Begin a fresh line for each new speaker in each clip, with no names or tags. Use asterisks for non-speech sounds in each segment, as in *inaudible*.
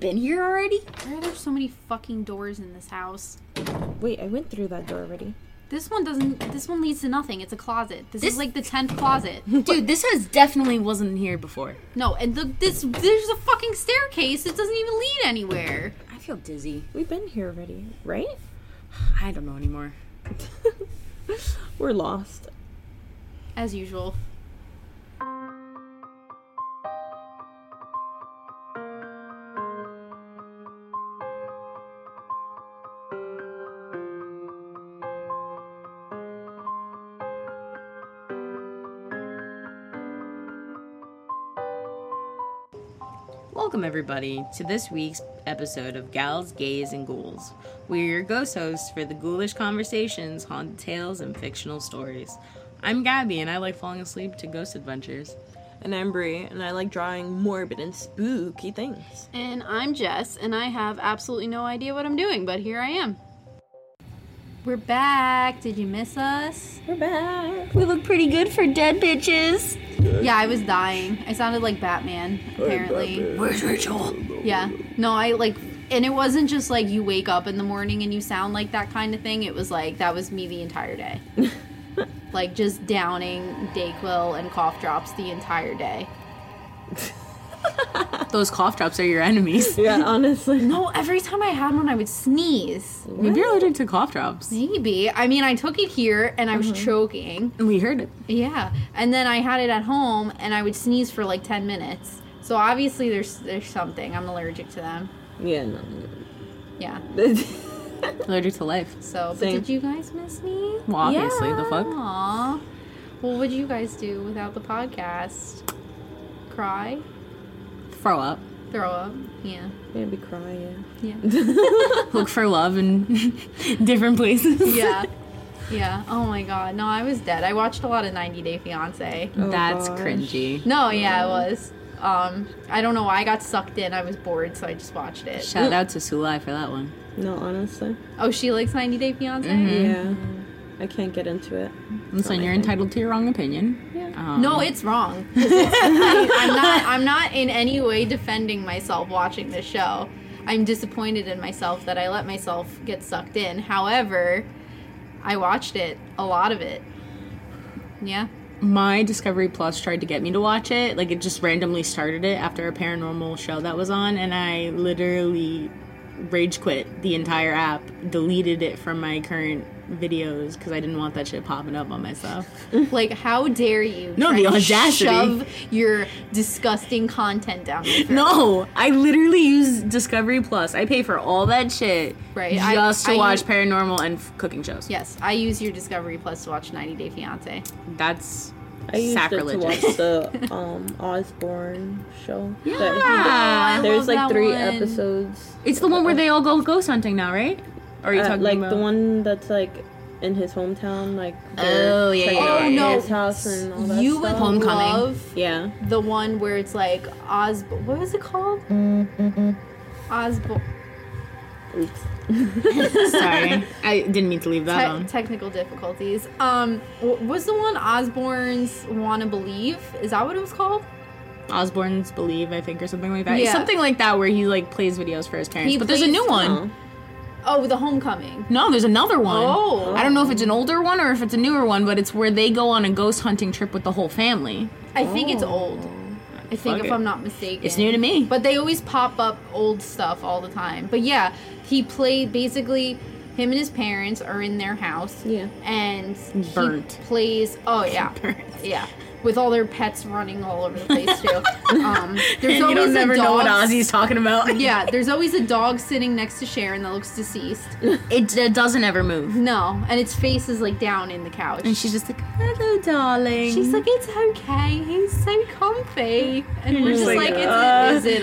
been here already?
Why are there so many fucking doors in this house?
Wait, I went through that door already.
This one doesn't. This one leads to nothing. It's a closet. This,
This-
is like the tenth *laughs* closet.
Dude, this house definitely wasn't here before.
no, and look, this there's a fucking staircase. It doesn't even lead anywhere.
I feel dizzy.
We've been here already, right?
I don't know anymore.
We're lost.
As usual.
Welcome, everybody, to this week's episode of Gals, Gays, and Ghouls. We're your ghost hosts for the ghoulish conversations, haunted tales, and fictional stories. I'm Gabby, and I like falling asleep to ghost adventures.
And I'm Brie, and I like drawing morbid and spooky things.
And I'm Jess, and I have absolutely no idea what I'm doing, but here I am. We're back. Did you miss us?
We're back.
We look pretty good for dead bitches.
Yeah, I was dying. I sounded like Batman, apparently.
Where's Rachel?
Yeah. No, I like and it wasn't just like you wake up in the morning and you sound like that kind of thing. It was like that was me the entire *laughs* day. like just downing Dayquil and cough drops the entire day.
Those cough drops are your enemies.
Yeah, *laughs* honestly.
No, Oh, every time I had one I would sneeze.
*laughs* Maybe you're allergic to cough drops.
Maybe. I mean, I took it here and I was choking.
We heard it.
Yeah. And then I had it at home and I would sneeze for like 10 minutes. So obviously there's there's something. I'm allergic to them.
Yeah, no.
Yeah.
*laughs*
Allergic to life.
So, but
Same.
did you guys miss me?
Well, obviously, the fuck.
Aw. Well, what'd you guys do without the podcast? Cry?
Throw up.
Throw up? Yeah.
Maybe crying.
Yeah.
*laughs* Look for love in *laughs* different places.
Yeah. Yeah. Oh my god. No, I was dead. I watched a lot of 90 Day Fiance.
That's
gosh.
cringy.
No, yeah, I was. Um, I don't know why I got sucked in. I was bored, so I just watched it.
Shout out to Sulai for that one.
No, honestly.
Oh, she likes 90 Day Fiance?
Mm-hmm.
Yeah. I can't get into it.
Listen, you're entitled to your wrong opinion. Um,
No, it's wrong.
*laughs*
*laughs* I, I'm not. I'm not in any way defending myself watching this show. I'm disappointed in myself that I let myself get sucked in. However, I watched it a lot of it. Yeah.
*laughs* my Discovery Plus tried to get me to watch it. Like it just randomly started it after a paranormal show that was on, and I literally rage quit the entire app, deleted it from my current videos because I didn't want that shit popping up on myself.
Like, how dare you?
No, the
try to
audacity.
Shove your disgusting content down. my throat.
no, I literally use Discovery Plus. I pay for all that shit
Right, I-
just to
I-
watch paranormal and f- cooking shows.
Yes, I use your Discovery Plus to watch 90 Day Fiance.
That's
I used
sacrilegious.
it to
*laughs*
watch the um Osborne show. Yeah.
Ah,
I
there's
love
like
that
three
one.
episodes.
It's the one where they all go ghost hunting now, right? Or are you
Uh,
talking
like
about
the one that's like in his hometown, like they're
Oh, yeah,
checking
yeah,
out
yeah, yeah.
his house and
Oh,
all that
You would
stuff.
Homecoming.
love
Yeah.
the one where it's like Oz. What was it called?
Mm,
Osborne.
Oops.
*laughs* Sorry, *laughs* I didn't mean to leave that
Te-
on.
technical difficulties. Um, w- was the one Osborne's "Wanna Believe"? Is that what it was called?
Osborne's Believe, I think, or something like that. It's
Yeah.
something like that where he like plays videos for his parents.
He
but there's a new
plays-
one.
Oh.
Oh, the Homecoming.
No, there's another one.
Oh.
I don't know if it's an older one or if it's a newer one, but it's where they go on a ghost hunting trip with the whole *laughs* family.
I think
Oh.
it's old.
*laughs*
I think
Fuck
if
it.
I'm not mistaken.
Oh, It's new to me.
But they always pop up old stuff all the time. But yeah, he played basically him and his parents are in their house.
Yeah.
And he
Burnt.
plays
*laughs*
oh yeah. Yeah. With all their pets running all over the
*laughs*
place too. um there's
and you
always
don't
a
never
dog.
know what Ozzy's talking *laughs* about.
*laughs* yeah, there's always a dog sitting next to Sharon that looks deceased.
It, it doesn't ever move.
No, and its face is like down in the couch.
And she's just like, "Mm-hmm." hello, darling.
She's like, it's okay. He's so comfy, and we're
just
just
Mm-hmm. like,
like, it's
uh,
is it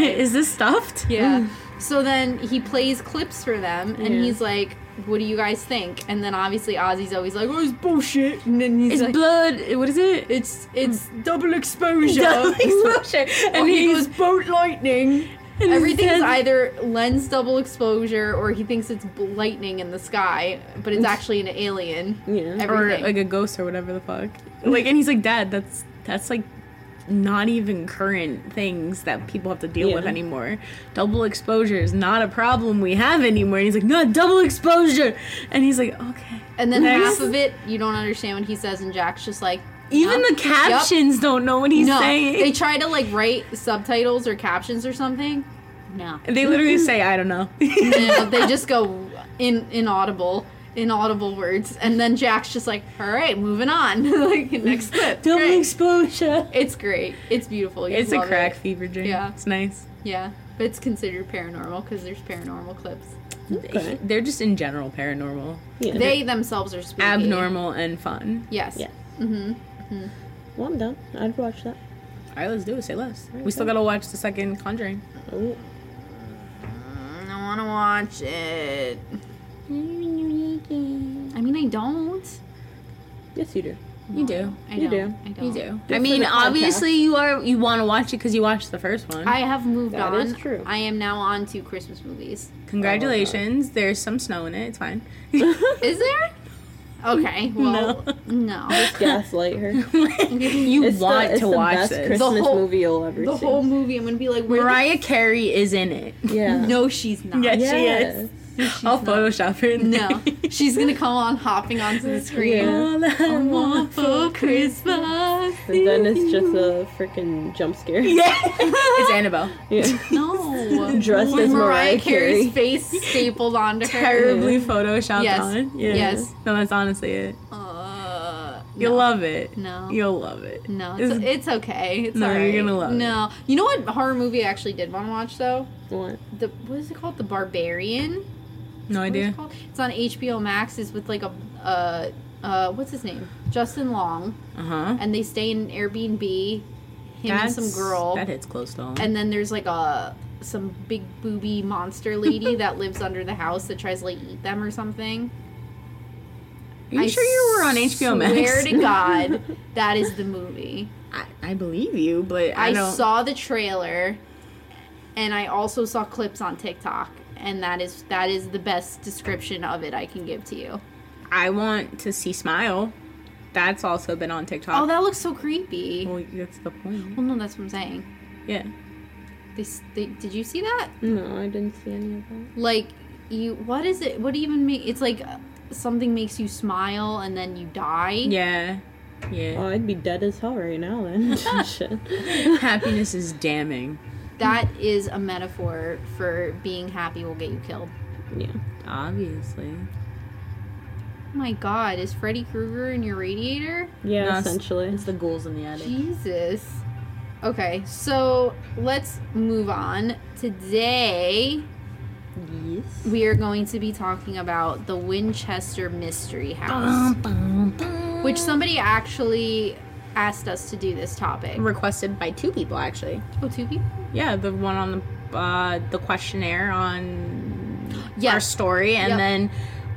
*laughs* *laughs* is Mm. this stuffed? *laughs*
yeah. So then he plays clips for them, and he's like, "What do you guys think?" And then obviously Ozzy's always like, "Oh, it's bullshit," and then he's
It's Mm.
like,
blood. What is it?
"It's it's double
*laughs*
exposure."
Double exposure.
*laughs* And he goes
boat lightning. And
Everything's
his head-
either lens double exposure or he thinks it's bl- lightning in the sky, but it's actually an alien.
Yeah.
Everything.
or like a ghost or whatever the fuck. Like, and he's like, Dad, that's that's like not even current things that people have to deal with
Yeah.
anymore. Double exposure is not a problem we have anymore. And he's like, no, double exposure. And he's like, okay.
And then
Next.
half of it you don't understand what he says, and Jack's just like.
Even
"Huh?
the captions don't know what he's
Yup. No, they
saying.
try to like write subtitles or captions or something. No,
They, literally say, I don't
*laughs*
know.
No, they just go in inaudible, inaudible words, and then Jack's just like, "All right, moving on." *laughs* like next
*laughs*
clip.
double
Great.
exposure.
It's great. It's beautiful. You
It's a
love
crack
It.
fever dream.
Yeah.
It's nice.
Yeah, but it's considered paranormal because there's paranormal clips.
Okay.
They're just in general paranormal,
Yeah.
They themselves are spooky.
abnormal, and fun.
Yes.
Yeah.
hmm
well, I'm done. I'd watch that.
All right, let's do it. Say less. We still gotta watch the second Conjuring.
Oh.
Mm, I want to watch it. I mean, I don't.
Yes,
*laughs*
you do.
You do.
I
You
don't.
do.
I don't.
You do.
for
I mean,
the podcast.
obviously you are you want to watch it because you watched the first one.
I have moved
That
on.
is true.
I am now on to Christmas movies.
Congratulations. There's some snow in it. It's fine.
Is there? *laughs* Okay. Well, *laughs* no.
Gaslight her.
*laughs* you
It's the-
want
it's
to
the
watch
best
this.
Christmas
The whole-
movie you'll ever
The
see.
whole movie, I'm gonna be like, where?
Mariah Carey is in it.
The- *laughs*
yeah.
no, she's not.
Yes, she
Yes.
is. I'll Photoshop her. In
No,
there.
*laughs* she's gonna come on hopping onto the screen.
Yeah.
*laughs* All I
*laughs*
want for
Christmas.
And then it's just a freaking
*laughs*
jump
*laughs*
scare.
Yeah. it's Annabelle.
Yeah.
No.
Dressed
With
as Mariah Carey.
Carey's face stapled onto *laughs* her.
Terribly photoshopped
Yes.
on.
Yes.
No, that's honestly it.
Uh,
You'll
no.
love it.
No.
You'll love it.
No, it's,
It's-
it's okay. It's
No,
all
you're
right.
gonna love it.
No, you know what horror movie I actually did want to watch though?
What?
The what is it called? The Barbarian.
no
What is
idea.
it called? It's on HBO Max. It's with like a uh, uh, what's his name? Justin Long,
Uh huh.
and they stay in an Airbnb. Him and some girl,
That hits close to home.
and then there's like a some big booby monster lady
*laughs*
that lives under the house that tries to like eat them or something.
Are you
I
sure you were on HBO Max?
Swear to God, that is the movie.
I, *laughs* I believe you, but I,
I,
don't.
saw the trailer, and I also saw clips on TikTok, and that is that is the best description of it I can give to you.
I want to see Smile. That's also been on TikTok.
Oh, that looks so creepy.
well, that's the point.
Well, no, that's what I'm saying.
Yeah.
They, s- they, did you see that?
No, I didn't see any of that.
Like, you, what is it? What even make? It's like uh, something makes you smile and then you die.
Yeah.
Oh,
*laughs*
Yeah.
I'd be dead as hell right now then. *laughs* Shit.
Happiness is damning.
That is a metaphor for being happy will get you killed.
Yeah.
Obviously.
Oh my God, is Freddy Krueger in your radiator?
Yeah,
No, it's-
essentially.
It's the ghouls in the attic.
Jesus. Okay, so let's move on. Today,
Yes.
we are going to be talking about the Winchester Mystery House, which somebody actually asked us to do this topic.
Requested by two people, actually.
Oh, two people?
Yeah, the one on the uh, the questionnaire on our
Yes.
story, and
Yep.
then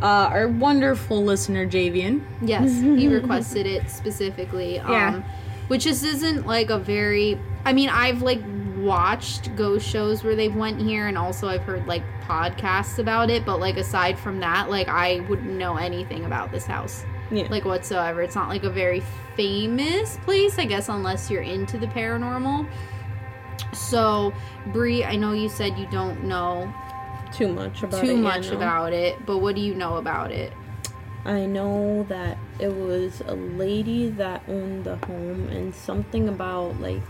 uh, our wonderful listener Javian.
Yes,
*laughs*
he requested it specifically. Um,
Yeah.
Which just isn't like a very. I mean, I've like watched ghost shows where they've went here, and also I've heard like podcasts about it. But like aside from that, like I wouldn't know anything about this house,
Yeah.
like whatsoever. It's not like a very famous place, I guess, unless you're into the paranormal. So, Bree, I know you said you don't know
too much about it.
too
yeah,
much
no.
about it, but what do you know about it?
I know that it was a lady that owned the home and something about like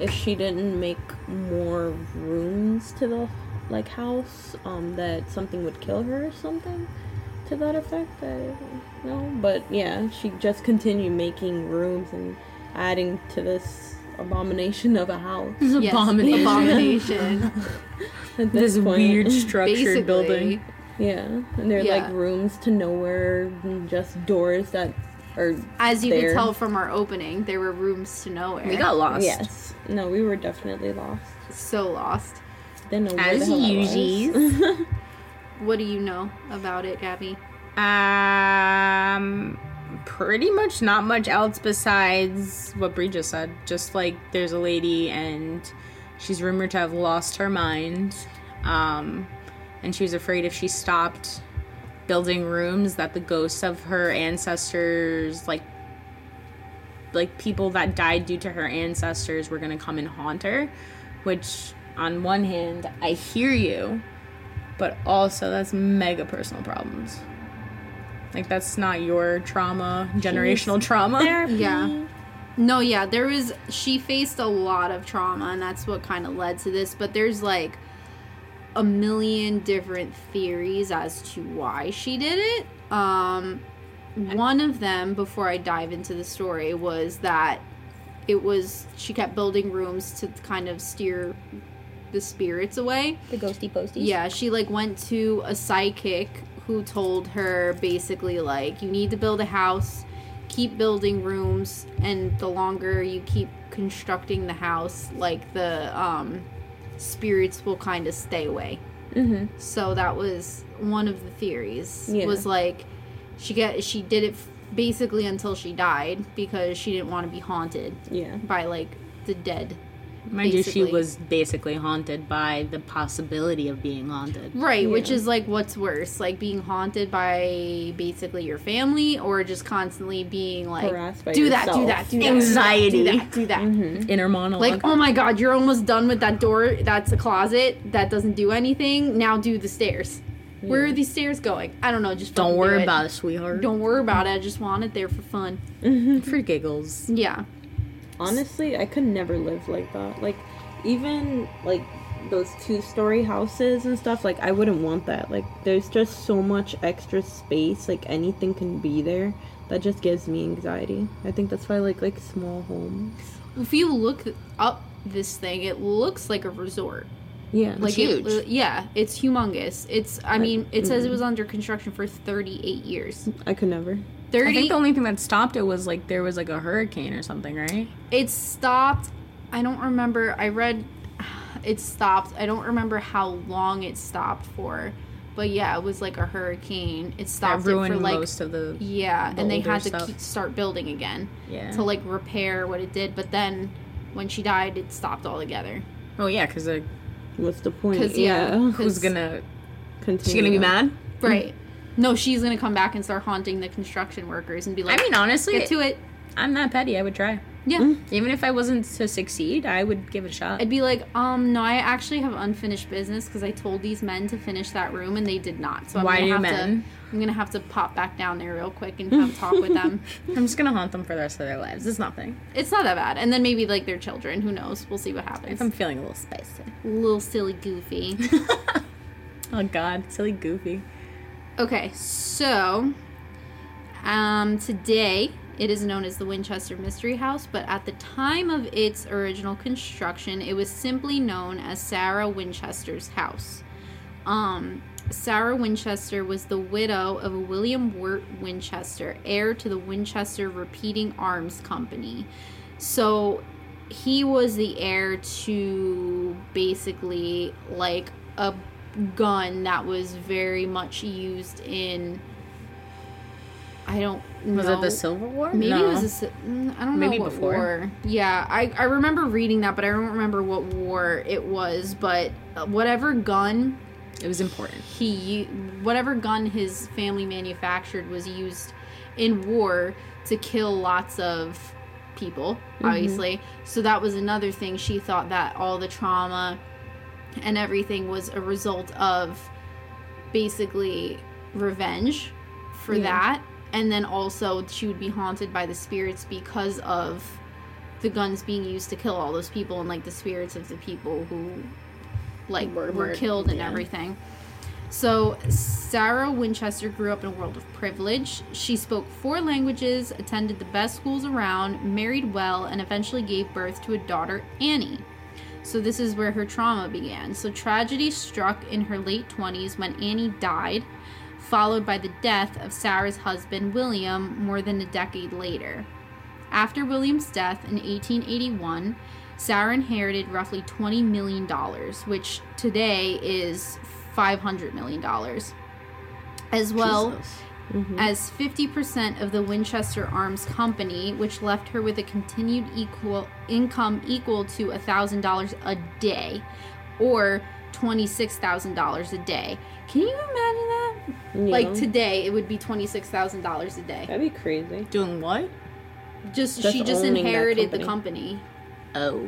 if she didn't make more rooms to the like house, um that something would kill her or something to that effect. I don't know. But yeah, she just continued making rooms and adding to this abomination of a house.
*laughs*
Yes,
Abomination.
*laughs* Abomination.
At
This
point.
weird structured
Basically,
building.
*laughs* Yeah. And they're
Yeah.
like rooms to nowhere and just doors that are
As you
there.
can tell from our opening, there were rooms to nowhere.
We got lost.
Yes. No, we were definitely lost.
so lost.
Didn't know where
As
the hell I was.
usual.
What do you know about it, Gabby?
Um, pretty much not much else besides what Bree just said. Just like there's a lady and she's rumored to have lost her mind. Um, and she was afraid if she stopped building rooms that the ghosts of her ancestors like like people that died due to her ancestors were gonna come and haunt her, which on one hand I hear you, but also that's mega personal problems. Like that's not your trauma, generational trauma.
Yeah. No, yeah, there was she faced a lot of trauma and that's what kind of led to this, but there's like a million different theories as to why she did it. Um one of them before I dive into the story was that it was she kept building rooms to kind of steer the spirits away.
The ghosty posties.
Yeah, she like went to a psychic who told her basically like you need to build a house, keep building rooms, and the longer you keep constructing the house, like the um spirits will kind of stay away.
Mm-hmm.
So that was one of the theories.
Yeah.
Was like she get she did it f- basically until she died because she didn't want to be haunted
Yeah. *laughs*
by like the dead.
*laughs* Mind you, she
basically.
was basically haunted by the possibility of being haunted.
Right, which
Yeah.
is like what's worse, like being haunted by basically your family or just constantly being like
Harassed by
do that, do
yourself. Mm-hmm.
that, do that,
Anxiety.
do that, do that.
Inner monologue.
Like, oh my god, you're almost done with that door. That's a closet that doesn't do anything. Now do the stairs. Where are these stairs going? I don't know. Just
don't
fucking
worry
do it.
about it, sweetheart.
Don't worry about it. I just want it there for fun.
for giggles.
Yeah.
Honestly, I could never live like that. Like, even like those two-story houses and stuff. Like, I wouldn't want that. Like, there's just so much extra space. Like, anything can be there. That just gives me anxiety. I think that's why I like like small homes.
If you look up this thing, it looks like a resort.
Yeah.
like
huge. Mm-hmm.
It, yeah, it's humongous. It's I mean, it says it was under construction for 38 years.
I could never.
30
I think the only thing that stopped it was like there was like a hurricane or something, right?
it stopped. I don't remember. I read *sighs* it stopped. I don't remember how long it stopped for. But yeah, it was like a hurricane. It stopped
that ruined
it for like
most of the
yeah,
the
and they
older
had to
stuff.
keep, start building again
yeah.
to like repair what it did, but then when she died, it stopped altogether.
oh yeah, because like,
What's the point?
'Cause, yeah.
who's
'Cause-
gonna? She
Continue.
gonna be mad?
Right. No, she's going to come back and start haunting the construction workers and be
I
like,
mean, honestly,
get to it.
I'm not petty. I would try.
Yeah.
Even if I wasn't to succeed, I would give it a shot.
I'd be like, um, no, I actually have unfinished business because I told these men to finish that room and they did not. So I'm
Why
gonna
do
have
men?
to, I'm gonna have to pop back down there real quick and have a talk
*laughs*
with them.
I'm just gonna haunt them for the rest of their lives. It's nothing.
It's not that bad. And then maybe like their children. Who knows? We'll see what happens.
If I'm feeling a little spicy.
little silly goofy.
*laughs* Oh God, silly goofy.
Okay, so um, today it is known as the Winchester Mystery House, but at the time of its original construction, it was simply known as Sarah Winchester's house. Um, Sarah Winchester was the widow of William Wirt Winchester, heir to the Winchester Repeating Arms Company. So he was the heir to basically like a gun that was very much used in. I don't know.
Was it the Civil War?
Maybe
No.
it was a si- mm, I don't know
Maybe
what
before.
war. Yeah, I, I remember reading that, but I don't remember what war it was. But uh, whatever gun
It was important.
he u- whatever gun his family manufactured was used in war to kill lots of people obviously so that was another thing she thought that all the trauma and everything was a result of basically revenge for that and then also she would be haunted by the spirits because of the guns being used to kill all those people and like the spirits of the people who like were,
murdered,
killed and
yeah.
everything so sarah winchester grew up in a world of privilege she spoke four languages attended the best schools around married well and eventually gave birth to a daughter annie so this is where her trauma began. So tragedy struck in her late 20s when Annie died, followed by the death of Sarah's husband William more than a decade later. After William's death in 1881, Sarah inherited roughly 20 million dollars, which today is 500 million dollars. As well, as 50% of the Winchester Arms Company, which left her with a continued equal income equal to $1,000 a day or $26,000 a day. Can you imagine that?
Yeah.
Like today, it would be $26,000 a day.
That'd be crazy.
Doing what?
just
Just
she just
owning that
inherited the company,
Oh.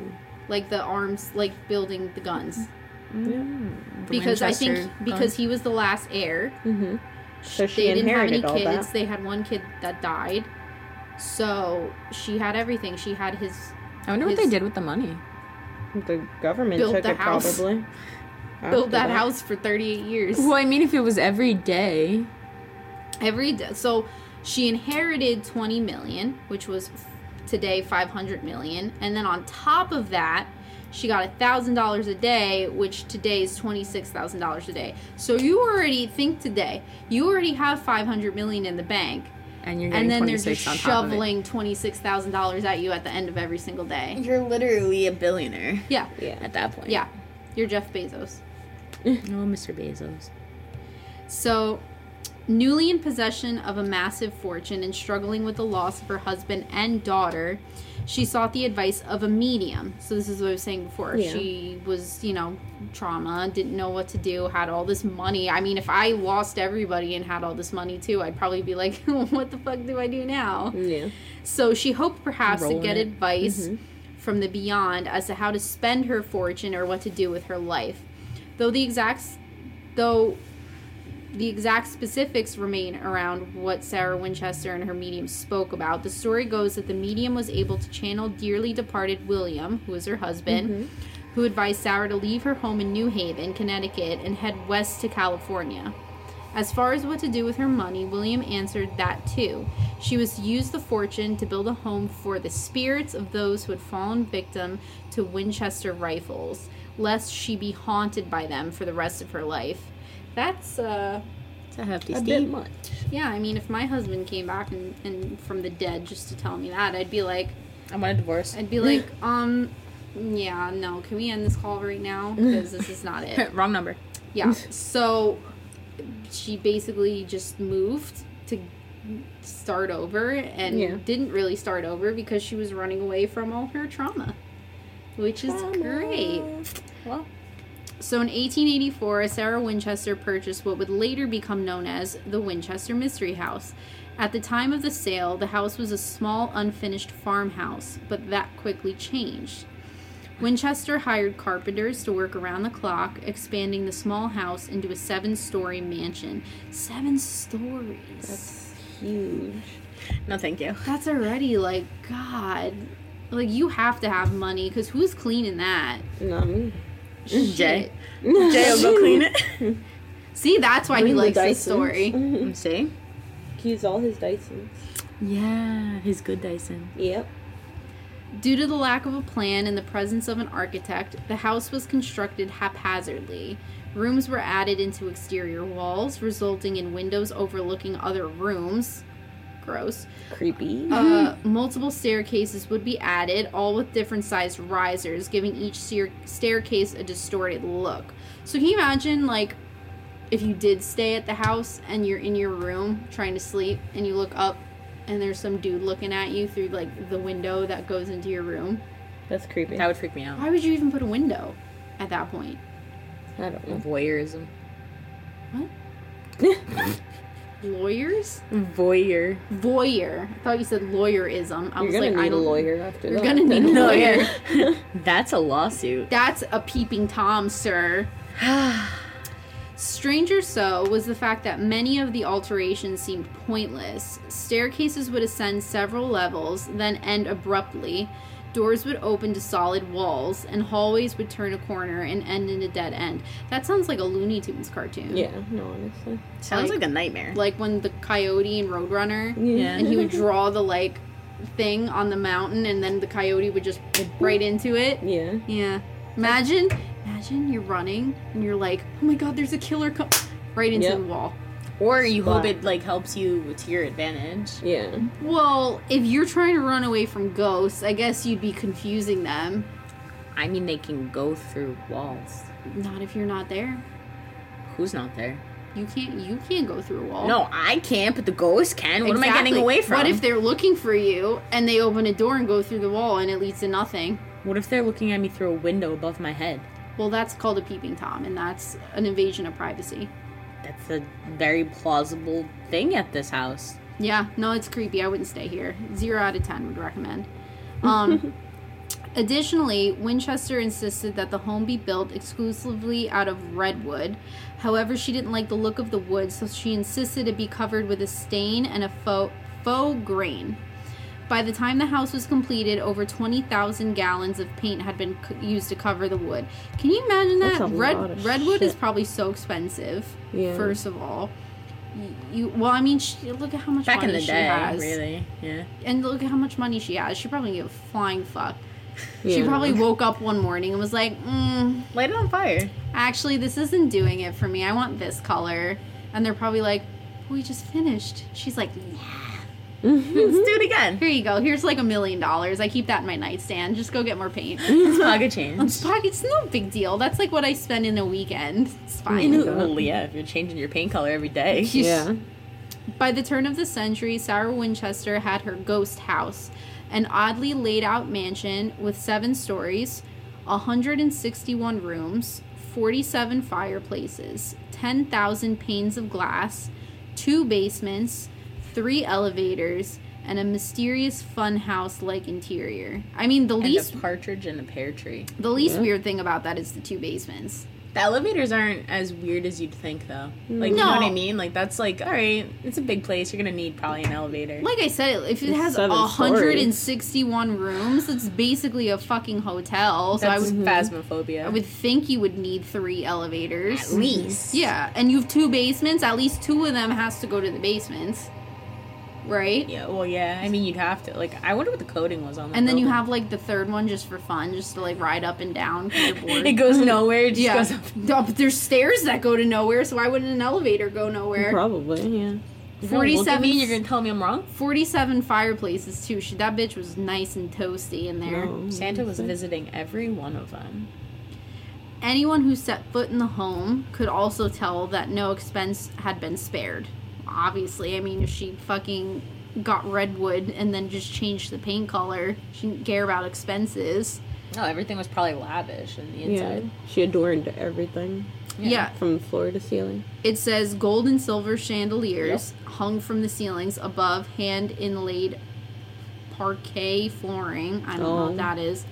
like the arms, like building the guns.
Mm.
because I think
Winchester
because he was the last heir.
Mm-hmm. So she
they didn't have any
inherited all
kids.
that.
They had one kid that died. So she had everything. She had his
I wonder what
his-
they did with the money.
The government
Built
took
the
it
house.
probably.
built
After
that house for 38 years.
Well, I mean, if it was every day,
Every d- so she inherited 20 million, which was f- today 500 million, and then on top of that, she got a thousand dollars a day, which today is twenty six thousand dollars a day. So you already think today, you already have 500 million in the bank,
and you're getting
and then they're
26
just
on top of it.
shoveling twenty six thousand dollars at you at the end of every single day.
You're literally a billionaire
Yeah,
Yeah.
at that point.
yeah, you're Jeff Bezos.
Oh, Mr. Bezos.
So, newly in possession of a massive fortune and struggling with the loss of her husband and daughter, she sought the advice of a medium. So, this is what I was saying before.
Yeah.
She was, you know, trauma, didn't know what to do, had all this money. I mean, if I lost everybody and had all this money too, I'd probably be like, *laughs* what the fuck do I do now?
Yeah.
So she hoped perhaps
Rolling
to get
it. Mm-hmm.
advice from the beyond as to how to spend her fortune or what to do with her life. Though the exact s- though the exact specifics remain around what Sarah Winchester and her medium spoke about. The story goes that the medium was able to channel dearly departed William, who was her husband,
Mm-hmm.
who advised Sarah to leave her home in New Haven, Connecticut, and head west to California. As far as what to do with her money, William answered that too. She was to use the fortune to build a home for the spirits of those who had fallen victim to Winchester rifles, lest she be haunted by them for the rest of her life. That's uh
It's a hefty
A
steep.
bit much.
yeah, I mean if my husband came back and, and from the dead just to tell me that, I'd be like
I want a divorce.
I'd be like, um yeah, no, can we end this call right now? Because this is not it.
*laughs* Wrong number.
Yeah. So she basically just moved to start over and
Yeah.
didn't really start over because she was running away from all her trauma, which is great.
Well,
So in 1884, Sarah Winchester purchased what would later become known as the Winchester Mystery House. At the time of the sale, the house was a small, unfinished farmhouse, but that quickly changed. Winchester hired carpenters to work around the clock, expanding the small house into a seven story mansion. Seven stories. That's,
Huge.
no, thank *laughs* you.
already like, God. Like, you have to have money because who's cleaning that?
Not me.
Jay.
Shit.
Mm,
Jay will go clean *laughs* it.
See, that's why he
Bring the
likes this
Dysons.
story.
Mm, See?
He used all his Dysons.
Yeah, he's good Dyson.
Yep.
Due to the lack of a plan and the presence of an architect, the house was constructed haphazardly. Rooms were added into exterior walls, resulting in windows overlooking other rooms. Gross.
Creepy.
Uh, multiple staircases would be added, all with different sized risers, giving each stair- staircase a distorted look. So, can you imagine, like, if you did stay at the house and you're in your room trying to sleep and you look up and there's some dude looking at you through, like, the window that goes into your room?
That's creepy.
That would freak me out.
Why would you even put a window at that point?
I don't know.
Voyeurism.
*laughs*
Lawyers?
Voyeur.
Voyeur. I thought you said lawyerism. I
You're
was
gonna
like, I
need a
don't.
lawyer after
You're
that.
gonna
*laughs*
*laughs*
need a lawyer.
That's a lawsuit.
That's a peeping Tom,
*sighs*
sir. Stranger so was the fact that many of the alterations seemed pointless. Staircases would ascend several levels, then end abruptly. Doors would open to solid walls, and hallways would turn a corner and end in a dead end. That sounds like a Looney Tunes cartoon.
Yeah. No, honestly.
Sounds like,
Like-
a nightmare.
Like when the coyote and Roadrunner
Yeah.
and
*laughs*
he would draw the like thing on the mountain and then the coyote would just right into it.
*laughs* Yeah.
Yeah. Imagine, imagine you're running and you're like, oh my god, there's a killer co-" right into
Yep.
the wall.
Or you hope
But-
it like helps you to your advantage.
Yeah.
Well, if you're trying to run away from ghosts, I guess you'd be confusing them.
I mean, they can go through walls.
Not if you're not there.
Who's not there?
You can't. You can't go through a wall.
No, I can't, but the ghost can. Oh. What am I getting
Exactly.
away from?
What if they're looking for you and they open a door and go through the wall and it leads to nothing?
what if they're looking at me through a window above my head?
Well, that's called a peeping tom, and that's an invasion of privacy.
That's a very plausible thing at this house.
Yeah, no, it's creepy. I wouldn't stay here. Zero out of ten would
*laughs*
recommend. Um, additionally, Winchester insisted that the home be built exclusively out of redwood. However, she didn't like the look of the wood, so she insisted it be covered with a stain and a faux, faux grain. By the time the house was completed, over 20,000 gallons of paint had been c- used to cover the wood. Can you imagine
That's
that?
a lot
Red,
of
redwood is
shit.
probably so expensive,
Yeah.
first of all. You, you well, I mean, she, look at how much
Back in
money
the
she
day,
has.
really. Yeah.
And look at how much money she has. She probably gave a flying fuck. She
Yeah. *laughs*
probably woke up one morning and was like, mm,
Light it on *laughs* fire.
actually, this isn't doing it for me. I want this color. And they're probably like, we just finished. She's like, nah. *laughs*
Let's do it again.
Here you go. Here's like a million dollars. I keep that in my nightstand. Just go get more paint.
*laughs* It's pocket change.
It's probably- it's no big deal. That's like what I spend in a weekend.
*laughs*
It's
I
fine.
knew. Well, yeah, if you're changing your paint color every day.
Yeah.
By the turn of the century, Sarah Winchester had her ghost house, an oddly laid out mansion with seven stories, 161 rooms, 47 fireplaces, 10,000 panes of glass, two basements, three elevators, and a mysterious funhouse like interior. I mean, the
And
least
a partridge and a pear tree.
the least weird thing about that is the two basements.
The elevators aren't as weird as you'd think, though. Like, you
No.
know what I mean? Like, that's like, all right, it's a big place. You're gonna need probably an elevator.
Like I said, if it
It's
has
seven
161 rooms, it's basically a fucking hotel. So I
that's Mm-hmm.
would
phasmophobia.
I would think you would need three elevators.
At least.
Yeah, and you have two basements. At least two of them has to go to the basements, right?
Yeah. Well, yeah. I mean, you'd have to. Like, I wonder what the coding was on. The
And then you
building.
have like the third one just for fun, just to like ride up and down. 'cause
*laughs*
You're bored.
It goes nowhere. It just
yeah,
goes up.
No, but there's stairs that go to nowhere. So why wouldn't an elevator go nowhere?
Probably. Yeah.
Oh, Look at
*laughs* Forty-seven. Mm-hmm.
me, you're gonna tell me I'm wrong.
Forty-seven fireplaces too. She, that bitch was nice and toasty in there.
No.
Santa was visiting every one of them.
Anyone who set foot in the home could also tell that no expense had been spared. Obviously, I mean, if she fucking got redwood and then just changed the paint color, she didn't care about expenses.
No, everything was probably lavish on the
Yeah.
inside.
She adorned everything
Yeah,
from floor to ceiling.
it says gold and silver chandeliers hung from the ceilings above hand inlaid parquet flooring. I don't know
Oh.
what that is.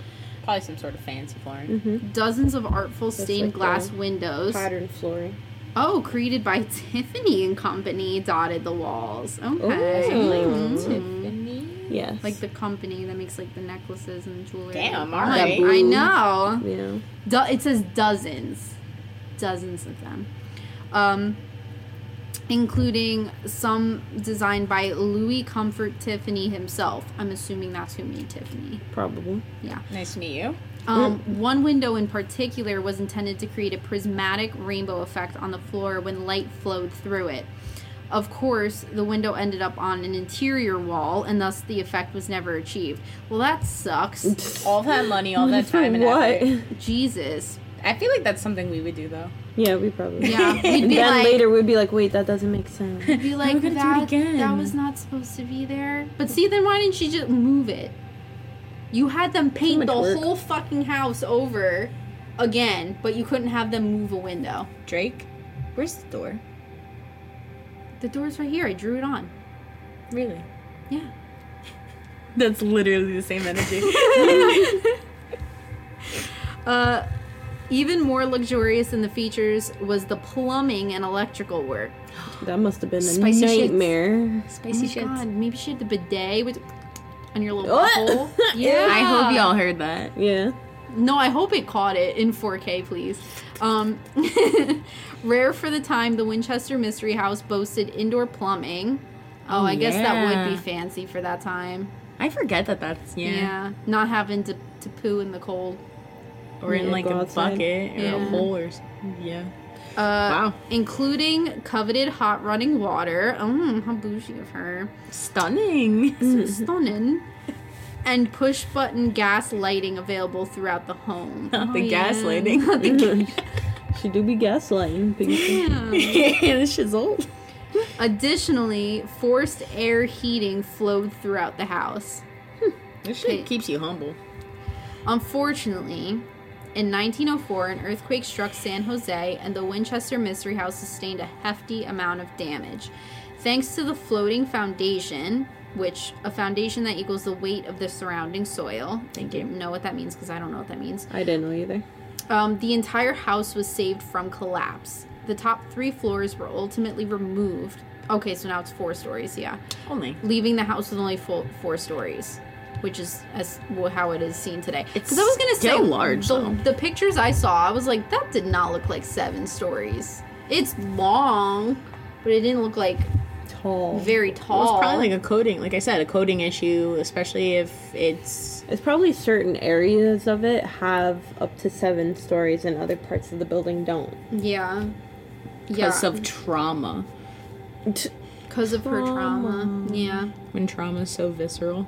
Probably some sort of fancy flooring.
Dozens of artful stained
like
glass
the
windows.
Mm-hmm. Pattern flooring.
Oh, created by *laughs* Tiffany and Company, dotted the walls.
Mm-hmm.
Okay.
Ooh.
Mm.
Tiffany.
Yes.
Like the company that makes like the necklaces and jewelry.
Damn,
I'm
alright.
like, I know.
Yeah.
Do- it says dozens, dozens of them, um, including some designed by Louis Comfort Tiffany himself. I'm assuming that's who made Tiffany.
Probably.
Yeah.
Nice to meet you.
Um, One window in particular was intended to create a prismatic rainbow effect on the floor when light flowed through it. Of course, the window ended up on an interior wall, and thus the effect was never achieved. Well, that
*laughs*
sucks.
All that money,
*laughs*
all that time, and
what?
effort.
Jesus.
I feel like that's something we would do though.
Yeah, we probably.
Yeah. We'd
*laughs* And
be
then
like,
later we'd be like, wait, that doesn't make
*laughs*
sense.
we'd be like
gonna do it
that,
again."
that was not supposed to be there. But see, then why didn't she just move it? You had them paint
much
the
work.
whole fucking house over again, but you couldn't have them move a window.
Drake, where's the door?
The door's right here. I drew it on.
Really?
Yeah.
That's literally the same energy. *laughs*
Uh, even more luxurious than the features was the plumbing and electrical work. Oh
That must have been a
Spicy shits.
nightmare.
Spicy shit.
God, maybe she had the bidet with on your little
What?
*laughs*
hole. Yeah.
I hope y'all heard that.
Yeah.
No, I hope it caught it in 4K, please. Um, *laughs* rare for the time, the Winchester Mystery House boasted indoor plumbing. Oh,
Oh,
I guess that
yeah.
would be fancy for that time.
I forget that that's yeah.
Yeah. Not having to, to poo in the cold.
Or in
Yeah,
like
go
a
outside.
bucket or
Yeah.
a hole or s- yeah.
Uh,
Wow.
Including coveted hot running water. Oh, how bougie of her.
Stunning.
Mm-hmm. Stunning. And push button gas lighting available throughout *laughs* the home.
*laughs* Not
Oh,
the
yeah.
gas lighting.
Not *laughs* the
*laughs*
gas-
She do be
*laughs*
gaslighting. Pinky.
this shit's old.
Additionally, forced air heating flowed throughout the house.
This
Okay.
shit keeps you humble.
Unfortunately, in 1904, an earthquake struck San Jose, and the Winchester Mystery House sustained a hefty amount of damage. Thanks to the floating foundation, which a foundation that equals the weight of the surrounding soil. Thank you. Know what that means because I don't know what that means.
I didn't know either.
Um, the entire house was saved from collapse. The top three floors were ultimately removed. Okay, so now it's four stories, yeah.
Only.
Leaving the house with only four, four stories, which is as well, how it is seen today.
It's
Because I was gonna say
still large, though.
the, the pictures I saw, I was like, that did not look like seven stories. It's long, but it didn't look like
Tall.
very
It
tall.
was probably like a coding, like I said, a coding issue, especially if it's
It's probably certain areas of it have up to seven stories, and other parts of the building don't.
yeah, yeah,
because of trauma.
because of her trauma. Yeah.
When trauma is so visceral.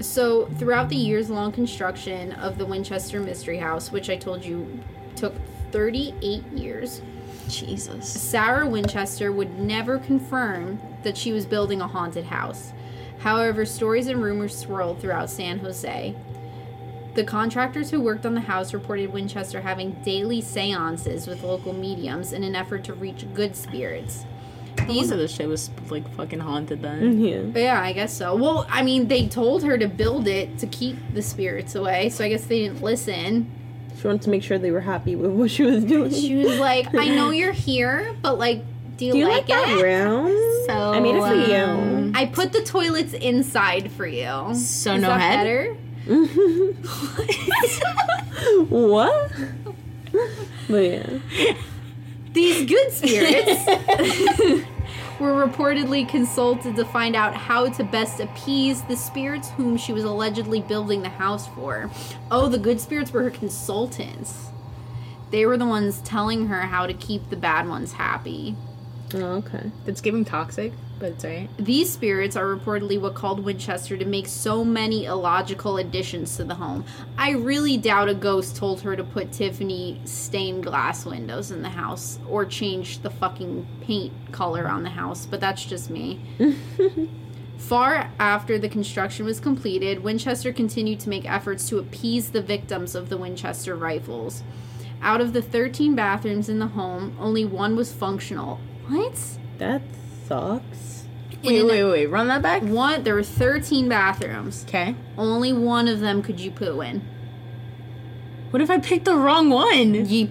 So, throughout the years long construction of the Winchester Mystery House, which I told you took 38 years,
Jesus.
Sarah Winchester would never confirm that she was building a haunted house. However, stories and rumors swirled throughout San Jose. The contractors who worked on the house reported Winchester having daily seances with local mediums in an effort to reach good spirits.
Most
These
of this shit was like fucking haunted then.
Yeah.
yeah, I guess so. Well, I mean, they told her to build it to keep the spirits away, so I guess they didn't listen.
She wanted to make sure they were happy with what she was doing.
She was like, "I know you're here, but like, do you,
*laughs* Do you like, that
it?" um,
round?
So
I made it for you.
I put the toilets inside for you.
So
Is
no
that
head?
better?
*laughs* What? but yeah.
These good spirits *laughs* were reportedly consulted to find out how to best appease the spirits whom she was allegedly building the house for. Oh, the good spirits were her consultants. They were the ones telling her how to keep the bad ones happy.
Oh, okay.
It's giving toxic, but it's alright.
These spirits are reportedly what called Winchester to make so many illogical additions to the home. I really doubt a ghost told her to put Tiffany stained glass windows in the house or change the fucking paint color on the house, but that's just me. Far after the construction was completed, Winchester continued to make efforts to appease the victims of the Winchester rifles. Out of the 13 bathrooms in the home, only one was functional. What?
That sucks.
Wait,
In-
wait, wait. Run that back.
one, there were 13 bathrooms.
Okay.
Only one of them could you poo in.
What if I picked the wrong one?
Ye-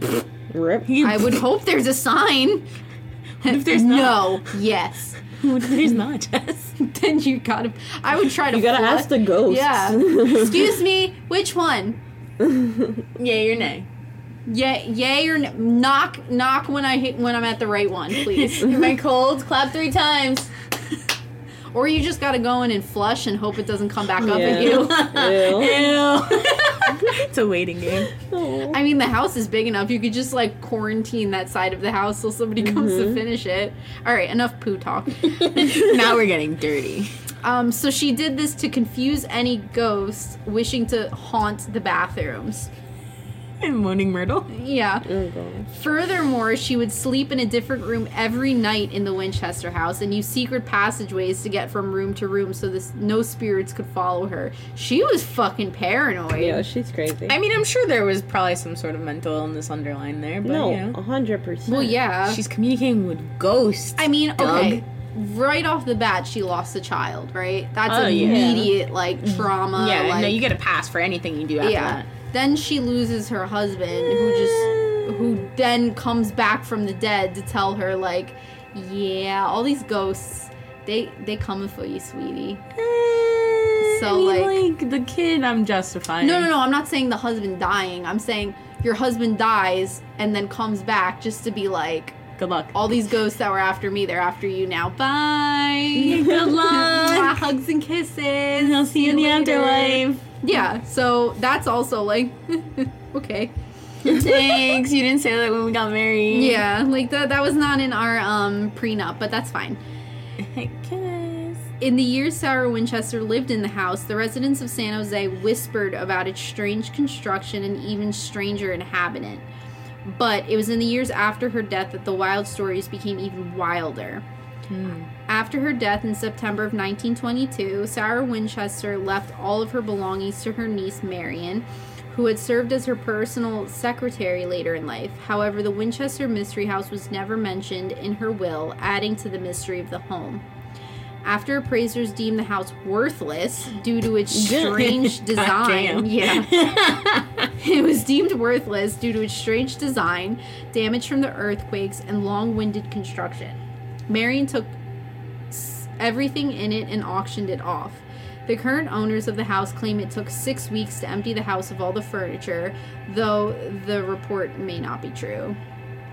Rip. *laughs*
You- *laughs*
I would hope there's a sign.
if there's
no, yes. *laughs*
What if there's not, *laughs* Jess?
then you gotta. I would try to.
You gotta
fly-
ask the ghosts. *laughs*
Yeah. Excuse me. Which one?
Yeah, your nay.
Yay, yay or no- knock, knock when I hit when I'm at the right one, please.
*laughs*
Am I cold? Clap three times. Or you just gotta go in and flush and hope it doesn't come back up
Yeah.
*laughs*
at
*laughs*
you.
Ew.
it's a waiting game.
Oh,
I mean, the house is big enough. You could just like quarantine that side of the house till somebody comes to finish it. All right, enough poo talk.
now we're getting dirty.
um, so she did this to confuse any ghosts wishing to haunt the bathrooms.
And moaning Myrtle.
Yeah.
Oh, God.
Furthermore, she would sleep in a different room every night in the Winchester house and use secret passageways to get from room to room so this no spirits could follow her. She was fucking paranoid.
Yeah, she's crazy.
I mean, I'm sure there was probably some sort of mental illness underlying there, but
no,
you know.
a hundred percent.
Well, yeah.
She's communicating with ghosts.
I mean, okay.
Doug.
Right off the bat, she lost a child, right? That's
Oh, yeah.
immediate like trauma.
yeah,
like,
no, you get a pass for anything you do after
yeah. Then she loses her husband, who just who then comes back from the dead to tell her like, yeah, all these ghosts, they they coming for you, sweetie.
that.
So,
I mean,
like-
like, the kid, I'm justifying.
No, no, no. I'm not saying the husband dying. I'm saying your husband dies and then comes back just to be like,
Good luck.
all these ghosts that were after me, they're after you
*laughs*
now. Bye.
*laughs* Good luck.
Hugs and kisses.
I'll *laughs* see you in the
later.
afterlife.
Yeah, so that's also like, *laughs* okay.
*laughs* Thanks. You didn't say that when we got married.
Yeah, like that, that was not in our um, prenup, but that's fine.
Kiss.
In the years Sarah Winchester lived in the house, the residents of San Jose whispered about its strange construction and even stranger inhabitant. But it was in the years after her death that the wild stories became even wilder. After her death in September of 1922, Sarah Winchester left all of her belongings to her niece Marion, who had served as her personal secretary later in life. However, the Winchester Mystery House was never mentioned in her will, adding to the mystery of the home. After appraisers deemed the house worthless due to its strange design,
Goddamn.
yeah, *laughs* it was deemed worthless due to its strange design, damage from the earthquakes, and long-winded construction. Marion took s- everything in it and auctioned it off. The current owners of the house claim it took six weeks to empty the house of all the furniture, though the report may not be true.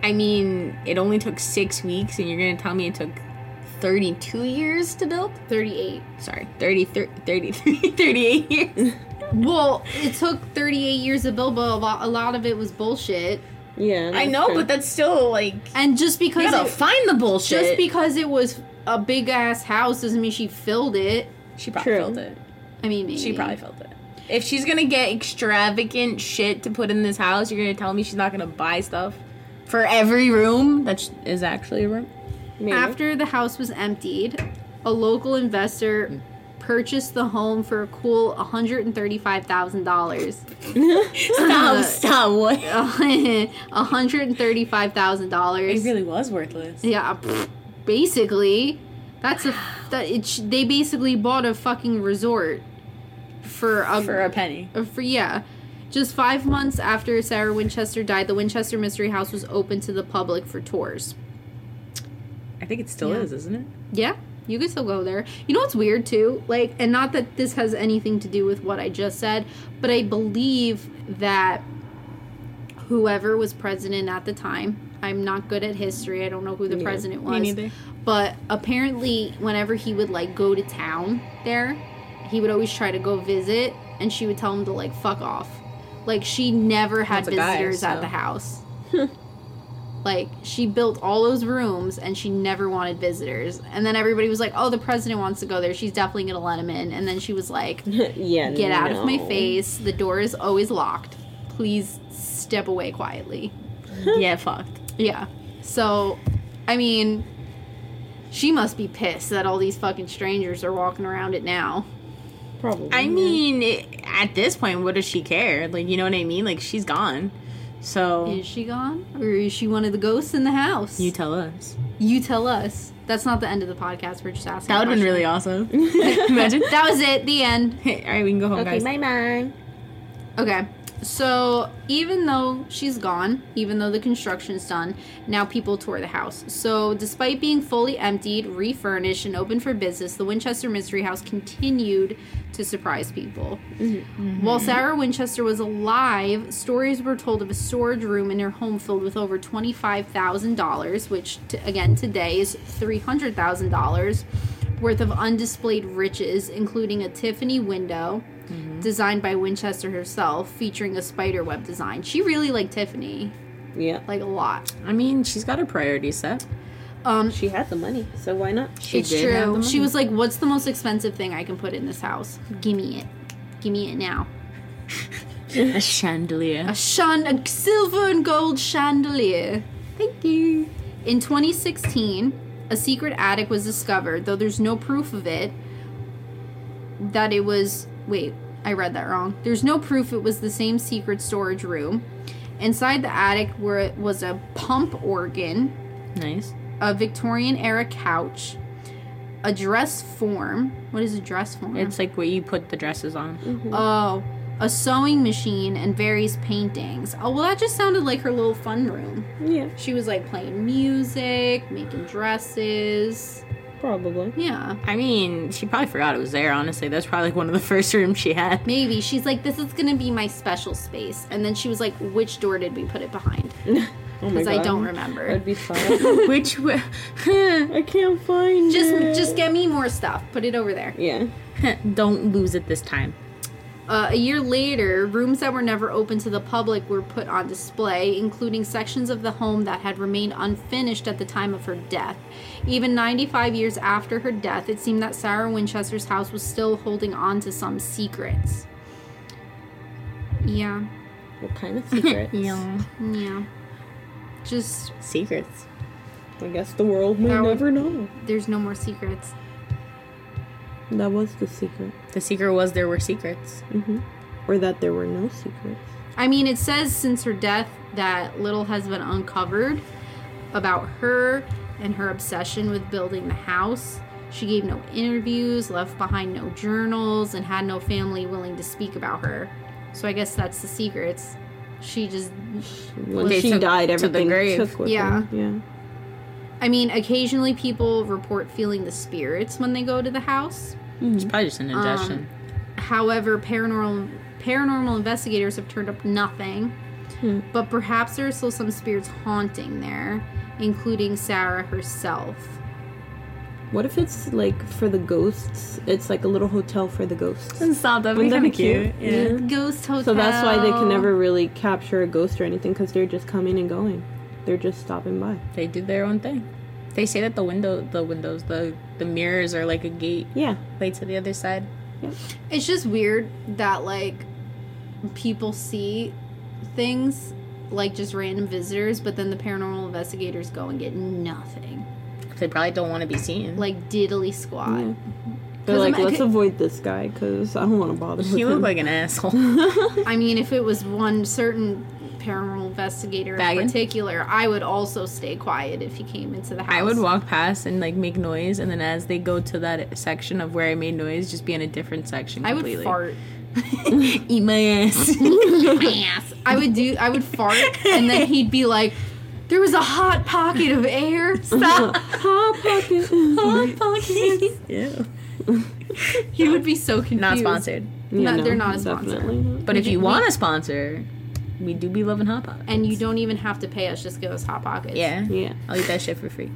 I mean, it only took six weeks, and you're gonna tell me it took 32 years to build?
38.
Sorry, 30, 30, *laughs* 38 *laughs* years.
Well, it took 38 years to build, but a lot, a lot of it was bullshit.
Yeah.
I
that's
know,
true.
but that's still like
And just
you
because
gotta
it,
find the bullshit.
just because it was a big ass house doesn't mean she filled it.
she probably
True.
felt it.
I mean, maybe.
She probably felt it. If she's gonna get extravagant shit to put in this house, you're gonna tell me she's not gonna buy stuff for every room that sh- is actually a room.
Maybe.
After the house was emptied, a local
Mm.
investor purchased the home for a cool $135,000.
*laughs* Stop! stop! What? *laughs*
*laughs*
It
$135,000.
really was worthless.
Yeah, pff, basically, that's a that it, sh- they basically bought a fucking resort for a
For a penny.
uh, for yeah just five months after sarah winchester died the winchester mystery house was open to the public for tours
I think it still
Yeah.
is, isn't it?
yeah you can still go there you know what's weird too like and not that this has anything to do with what i just said but i believe that whoever was president at the time i'm not good at history i don't know who the president
*laughs*
was
neither.
but apparently whenever he would like go to town there he would always try to go visit and she would tell him to like fuck off like she never had
That's a guy,
visitors at
so.
the house like she built all those rooms and she never wanted visitors and then everybody was like oh the president wants to go there she's definitely gonna let him in and then she was like
*laughs* yeah.
get out of my
no.
face the door is always locked please step away quietly
yeah, fucked.
yeah. So, I mean, she must be pissed that all these fucking strangers are walking around it now.
Probably.
I mean, it, at this point, what does she care? Like, you know what I mean? Like, she's gone. So,
Is she gone? Or is she one of the ghosts in the house?
you tell us.
You tell us. That's not the end of the podcast. We're just asking.
That would have been really *laughs* awesome. Imagine.
That was it. The end.
All right, we can go home,
Okay,
guys.
bye bye.
Okay. So, even though she's gone, even though the construction's done, now people tour the house. So, despite being fully emptied, refurnished, and open for business, the Winchester Mystery House continued to surprise people. While Sarah Winchester was alive, stories were told of a storage room in her home filled with over $25,000, which, t- again, today is $300,000 worth of undisplayed riches, including a Tiffany window
Mm-hmm.
designed by Winchester herself, featuring a spider web design. She really liked Tiffany,
Yeah.
like a lot.
I mean, she's got her priorities *laughs* set.
Um,
She had the money, so why not?
She
it's
did have the
true.
money.
She was like, "What's the most expensive thing I can put in this house? Give me it. Give me it now.
a chandelier.
A shun, a silver and gold chandelier. Thank you." In 2016, a secret attic was discovered, though there's no proof of it. That it was wait, I read that wrong. There's no proof it was the same secret storage room. Inside the attic were was a pump organ,
Nice.
a Victorian era couch, a dress form. What is a dress form?
It's like where you put the dresses on.
oh, a sewing machine and various paintings. Oh, well, that just sounded like her little fun room.
Yeah,
She was like playing music, making dresses.
probably.
Yeah.
I mean, she probably forgot it was there, honestly. That's probably like one of the *laughs* first rooms she had. *laughs*
Maybe she's like, this is gonna be my special space. And then she was like, which door did we put it behind?
Oh my
Because I
God.
don't remember.
I'd be
*laughs*
fine.
Which w-
*laughs*
*laughs*
I can't find
Just,
it.
just get me more stuff. Put it over there.
Yeah.
don't lose it this time.
Uh, a year later, rooms that were never open to the public were put on display, including sections of the home that had remained unfinished at the time of her death. Even 95 years after her death, it seemed that Sarah Winchester's house was still holding on to some secrets. Yeah,
What
*laughs*
kind of secrets?
yeah. Just,
Secrets.
I guess the world may
That would-
never know.
there's no more secrets.
That was the secret.
The secret was there were secrets.
Mm-hmm. or that there were no secrets.
I mean, it says since her death that little has been uncovered about her and her obsession with building the house. She gave no interviews, left behind no journals, and had no family willing to speak about her. So I guess that's the secrets. She just
When
They
she
took-
died,
to the
everything
grave.
took with
Yeah.
them. Yeah.
I mean, occasionally people report feeling the spirits when they go to the house.
It's probably just an ingestion.
However, paranormal paranormal investigators have turned up nothing.
Hmm.
But perhaps there are still some spirits haunting there, including Sarah herself.
What if it's like for the ghosts? It's like a little hotel for the ghosts.
stop. That'd
Wouldn't that be
kinda
cute? Yeah.
Ghost hotel.
So that's why they can never really capture a ghost or anything because they're just coming and going. They're just stopping by.
They do their own thing. They say that the window, the windows, the the mirrors are like a gate
Yeah.
way to the other side.
It's just weird that like people see things like just random visitors, but then the paranormal investigators go and get nothing,
They probably don't want to be seen.
like diddly squat.
Yeah. They're
'Cause
like,
I'm-
let's avoid this guy because I don't want to bother with
he
him.
looked
*laughs*
like an asshole.
I mean, if it was one certain paranormal investigator in
Baggin?
particular, I would also stay quiet if he came into the house.
I would walk past and like make noise, and then as they go to that section of where I made noise, just be in a different section.
I would
Completely.
fart.
*laughs* Eat my ass.
Ass. I would do. I would fart, and
*laughs*
then he'd be like, "There was a hot pocket of
*laughs*
air." Stop.
Hot
*laughs*
pocket.
Ew.
he would be so confused.
Not sponsored.
No,
Yeah,
they're not a sponsor.
Definitely not.
But if you want a sponsor, we do be loving hot pot.
And you don't even have to pay us. Just give us hot pockets.
Yeah.
Yeah.
I'll eat that shit for free.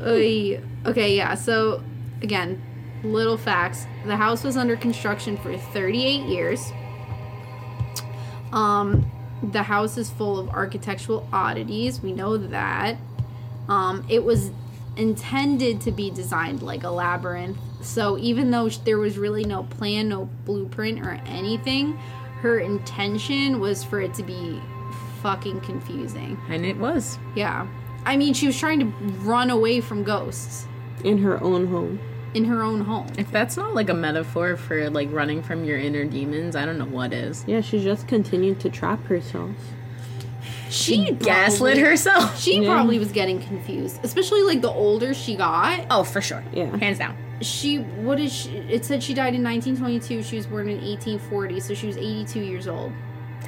Oy. Okay, yeah. So, again, little facts. The house was under construction for 38 years. Um, the house is full of architectural oddities. We know that. Um, it was intended to be designed like a labyrinth. So, even though sh- there was really no plan, no blueprint, or anything, her intention was for it to be fucking confusing.
And it was.
Yeah. I mean, she was trying to run away from ghosts
In her own home.
in her own home.
If that's not like a metaphor for like running from your inner demons, I don't know what is.
Yeah, she just continued to trap herself.
She, probably-
Gaslit herself.
She probably was getting confused, especially like the older she got.
Oh, for sure.
Yeah.
Hands down.
She what is she, it said she died in 1922. She was born in 1840, so she was 82 years old,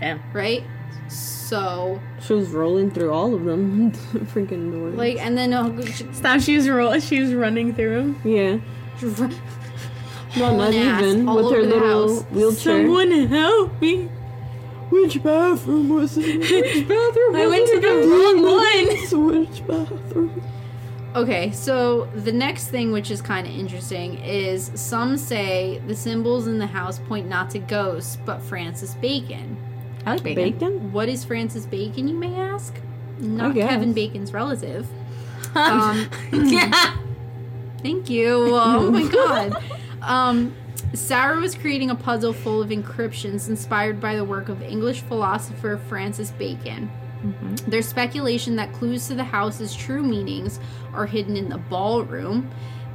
Damn.
right? So
She was rolling through all of them. *laughs* Freaking doors.
like, and then uh, she,
Stop. She was ro- she was running through him.
yeah.
she ran-
Well, not
hauling ass
even.
all
With her
over the
little
house.
wheelchair.
help me.
Which bathroom was it? Which bathroom
I
was
went to
it?
the wrong one.
*laughs* Which bathroom?
Okay, so the next thing, which is kind of interesting, is some say the symbols in the house point not to ghosts, but Francis Bacon.
I like bacon.
Bacon?
What is Francis Bacon, you may ask? Not
guess.
Kevin Bacon's relative. Um,
*laughs*
thank you. Oh my god. Um, Sarah was creating a puzzle full of encryptions inspired by the work of English philosopher Francis Bacon. There's speculation that clues to the house's true meanings are hidden in the ballroom,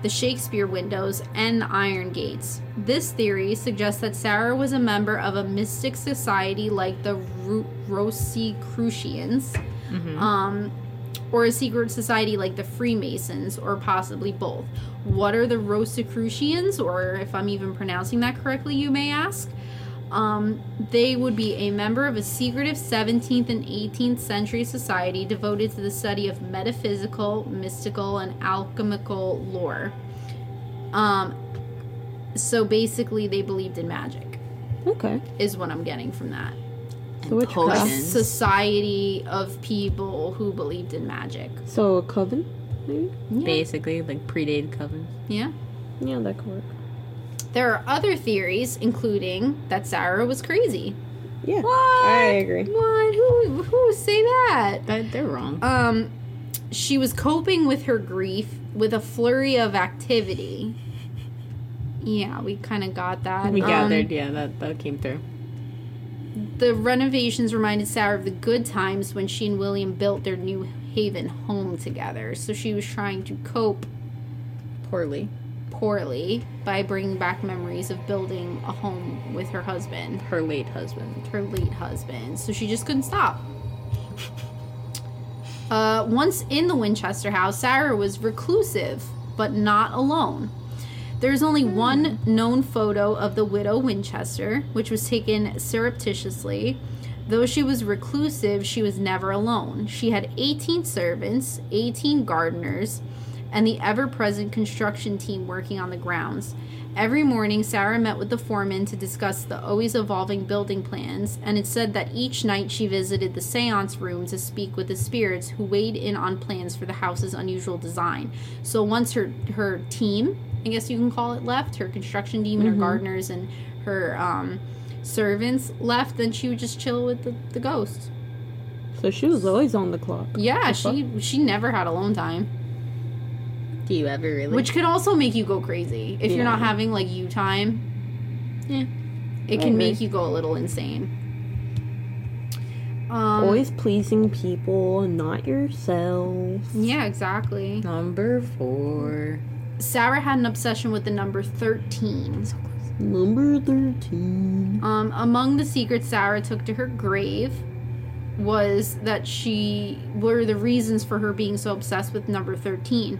the Shakespeare windows, and the iron gates. This theory suggests that Sarah was a member of a mystic society like the Ru- Rosicrucians, um, or a secret society like the Freemasons, or possibly both. What are the Rosicrucians, or if I'm even pronouncing that correctly, you may ask? Um, they would be a member of a secretive 17th and 18th century society devoted to the study of metaphysical, mystical, and alchemical lore. Um, so basically, they believed in magic,
Okay.
is what I'm getting from that.
So which
A
class?
Potions.
society of people who believed in magic.
So a coven? Maybe?
Basically, like predated coven.
Yeah.
Yeah, that could work.
There are other theories, including that Sarah was crazy.
Yeah. I agree.
What? Who? Who would say that?
That they're wrong.
um she was coping with her grief with a flurry of activity yeah we kind of got that
we
Um,
gathered. Yeah, that that came through.
the renovations reminded sarah of the good times when she and william built their new haven home together so she was trying to cope
Poorly.
poorly by bringing back memories of building a home with her husband,
her late husband.
her late husband. So she just couldn't stop. Uh, once in the Winchester house, Sarah was reclusive, but not alone. There's only one known photo of the widow Winchester, which was taken surreptitiously. Though she was reclusive, she was never alone. She had 18 servants, 18 gardeners, and the ever present construction team working on the grounds. Every morning, Sarah met with the foreman to discuss the always evolving building plans, and it's said that each night she visited the seance room to speak with the spirits who weighed in on plans for the house's unusual design. So once her, her team, I guess you can call it, left, her construction team and
Mm-hmm.
her gardeners and her um, servants left, then she would just chill with the, the ghosts.
So she was always on the clock.
Yeah, she she never had alone time.
Do you ever really?
Which could also make you go crazy if you're not having like you time.
Yeah.
It
agree.
can make you go a little insane. Um,
Always pleasing people, not yourself.
yeah, exactly.
number four.
Sarah had an obsession with the number 13.
Number 13.
Um, among the secrets Sarah took to her grave was that she were the reasons for her being so obsessed with number 13.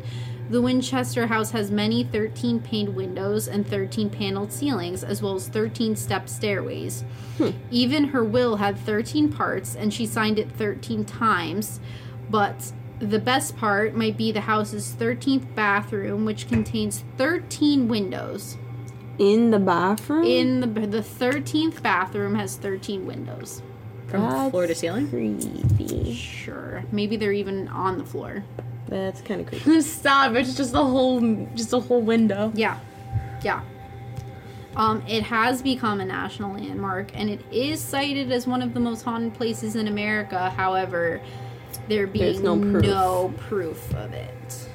The Winchester house has many 13 paned windows and 13 paneled ceilings, as well as 13 step stairways. Even her will had 13 parts, and she signed it 13 times. But the best part might be the house's 13th bathroom, which contains 13 windows
In the bathroom?
in the the thirteenth bathroom has thirteen windows.
From
That's
floor to ceiling?
Creepy.
Sure, maybe they're even on the floor.
That's kind of creepy.
*laughs* Stop! It's just a whole, just a whole window.
Yeah, yeah. Um, it has become a national landmark, and it is cited as one of the most haunted places in America. However, there being
no proof.
no proof of it.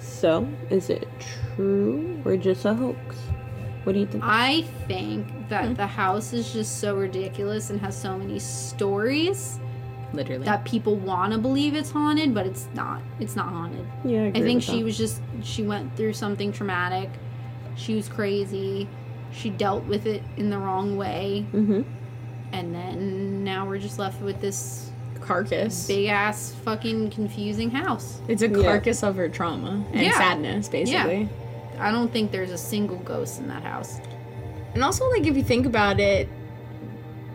So, is it true or just a hoax? What do you think?
I think that
Hmm.
the house is just so ridiculous and has so many stories
Literally.
that people want to believe it's haunted, but it's not. It's not haunted.
yeah,
I
agree
think
with
she
that.
was just she went through something traumatic. She was crazy. She dealt with it in the wrong way,
Mhm.
and then now we're just left with this
carcass.
big ass fucking confusing house.
It's a
Yeah.
carcass of her trauma and
Yeah.
sadness, basically.
I don't think there's a single ghost in that house.
And also, like, if you think about it,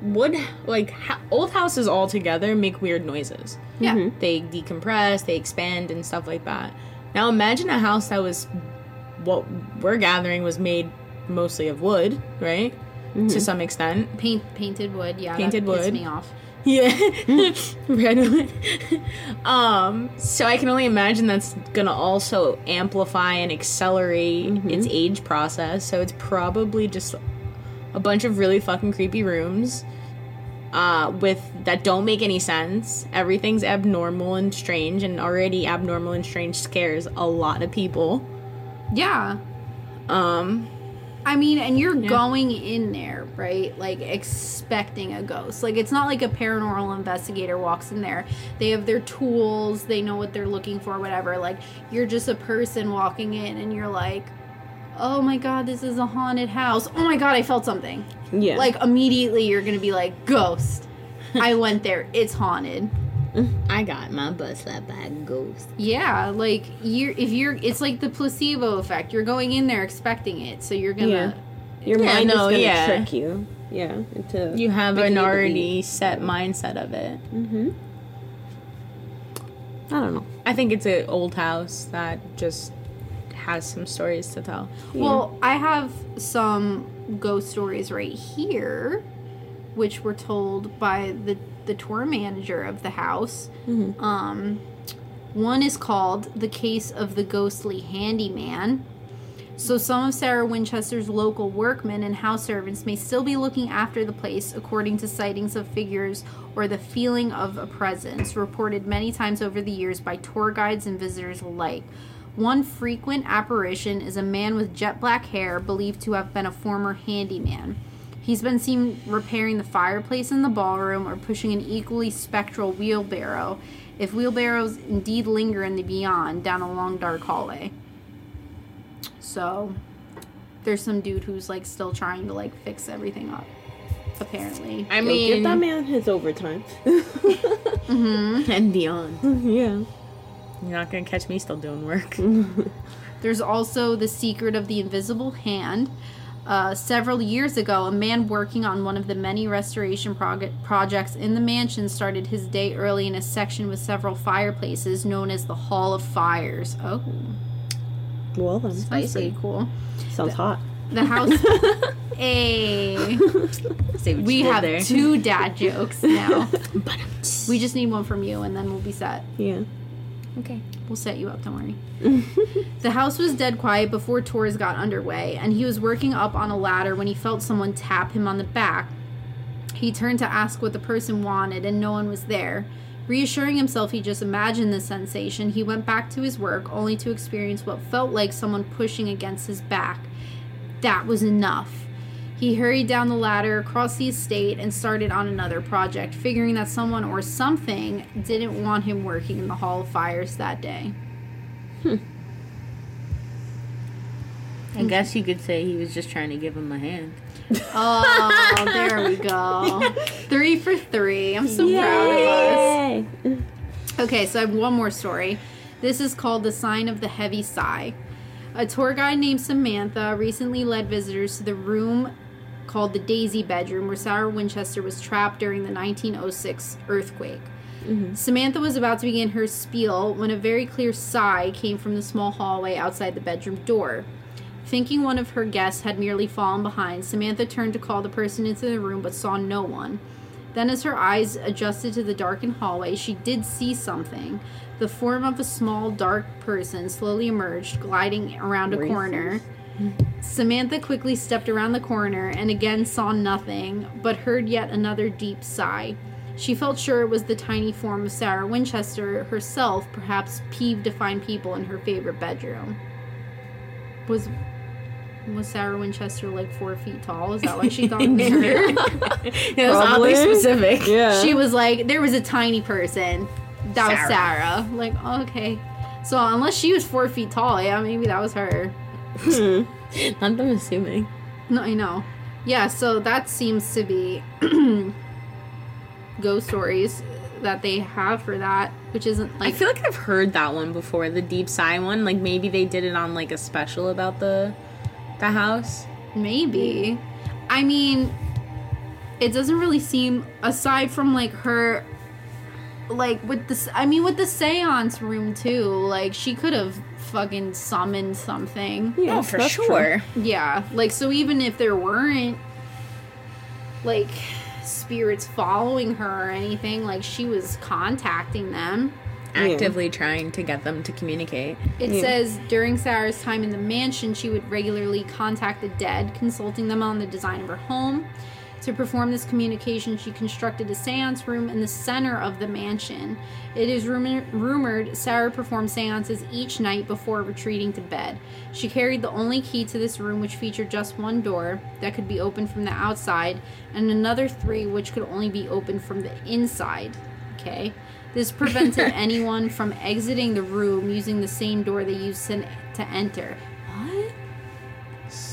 wood, like, ha- old houses all together make weird noises.
Yeah,
They decompress, they expand, and stuff like that. Now, imagine a house that was what we're gathering was made mostly of wood, right? To some extent.
paint painted wood. Yeah,
Painted
that pisses
wood.
me off.
Yeah. *laughs* Randomly. *laughs* um, so I can only imagine that's gonna also amplify and accelerate its age process. So it's probably just a bunch of really fucking creepy rooms. Uh, with that don't make any sense. Everything's abnormal and strange, and already abnormal and strange scares a lot of people.
Yeah,
Um,
I mean, and you're going in there, right? Like expecting a ghost. Like it's not like a paranormal investigator walks in there. They have their tools, they know what they're looking for, whatever. Like you're just a person walking in and you're like, "Oh my god, this is a haunted house. Oh my god, I felt something."
yeah.
Like immediately you're going to be like, "Ghost. *laughs* I went there. It's haunted."
I got my butt slapped by a ghost.
Yeah, like you're if you're it's like the placebo effect. You're going in there expecting it, so you're going to
Yeah. your
Yeah,
mind is
no,
gonna
yeah.
trick you. Yeah, into
You have
making
an
you believe.
already set mindset of it.
Mhm. I don't know.
I think it's an old house that just has some stories to tell.
Well, I have some ghost stories right here, which were told by the the tour manager of the house. Um, one is called "The Case of the Ghostly Handyman." So, some of Sarah Winchester's local workmen and house servants may still be looking after the place, according to sightings of figures or the feeling of a presence, reported many times over the years by tour guides and visitors alike. One frequent apparition is a man with jet black hair believed to have been a former handyman. He's been seen repairing the fireplace in the ballroom or pushing an equally spectral wheelbarrow, if wheelbarrows indeed linger in the beyond down a long dark hallway. So there's some dude who's like still trying to like fix everything up. Apparently.
I
Yo, give
mean,
that man his overtime. *laughs*
*laughs* and beyond. You're
yeah.
not gonna catch me still doing work. *laughs*
There's also The Secret of the Invisible Hand. Uh, several years ago, a man working on one of the many restoration prog- projects in the mansion started his day early in a section with several fireplaces known as the Hall of Fires. Oh,
Well then,
spicy, cool.
sounds hot.
The house. hey,
Say what
we
you did
have
there.
two dad jokes now. we just need one from you, and then we'll be set.
Yeah.
Okay.
We'll set you up, don't worry. the house was dead quiet before tours got underway, and he was working up on a ladder when he felt someone tap him on the back. He turned to ask what the person wanted, and no one was there. Reassuring himself he just imagined the sensation, he went back to his work, only to experience what felt like someone pushing against his back. That was enough. He hurried down the ladder, across the estate, and started on another project, figuring that someone or something didn't want him working in the Hall of Fires that day.
I guess you could say he was just trying to give him a hand.
Oh, there we go. Three for three. I'm so proud of us.
Yay.
Okay, so I have one more story. This is called The Sign of the Heavy Sigh. A tour guide named Samantha recently led visitors to the room called the Daisy Bedroom where Sarah Winchester was trapped during the 1906 earthquake. Samantha was about to begin her spiel when a very clear sigh came from the small hallway outside the bedroom door. Thinking one of her guests had merely fallen behind, Samantha turned to call the person into the room but saw no one. Then, as her eyes adjusted to the darkened hallway, she did see something. The form of a small, dark person slowly emerged, gliding around a corner. Samantha quickly stepped around the corner and again saw nothing, but heard yet another deep sigh. She felt sure it was the tiny form of Sarah Winchester herself, perhaps peeved to find people in her favorite bedroom. Was was Sarah Winchester like four feet tall? Is that why she thought it was her?
*laughs* It was oddly
Probably.
specific. *laughs*
Yeah.
she Oh, was like, there was a tiny person. That was
Sarah.
Sarah. Like, okay. So unless she was four feet tall, yeah, maybe that was her.
Not them assuming.
No, I know. Yeah, so that seems to be *clears throat* ghost stories that they have for that, which isn't
I
like
feel like I've heard that one before, the deep sigh one. Like maybe they did it on like a special about the the house.
maybe. I mean, it doesn't really seem aside from like her like with this I mean with the séance room too, like she could have fucking summoned something.
Oh,
Yeah, that's true.
Yeah, like so even if there weren't like spirits following her or anything, like she was contacting them.
Actively trying to get them to communicate.
It says during Sarah's time in the mansion, she would regularly contact the dead, consulting them on the design of her home. To perform this communication, she constructed a seance room in the center of the mansion. It is rumor- rumored Sarah performed seances each night before retreating to bed. She carried the only key to this room, which featured just one door that could be opened from the outside, and another three which could only be opened from the inside.
*laughs*
Okay. This prevented anyone from exiting the room using the same door they used to, to enter. What?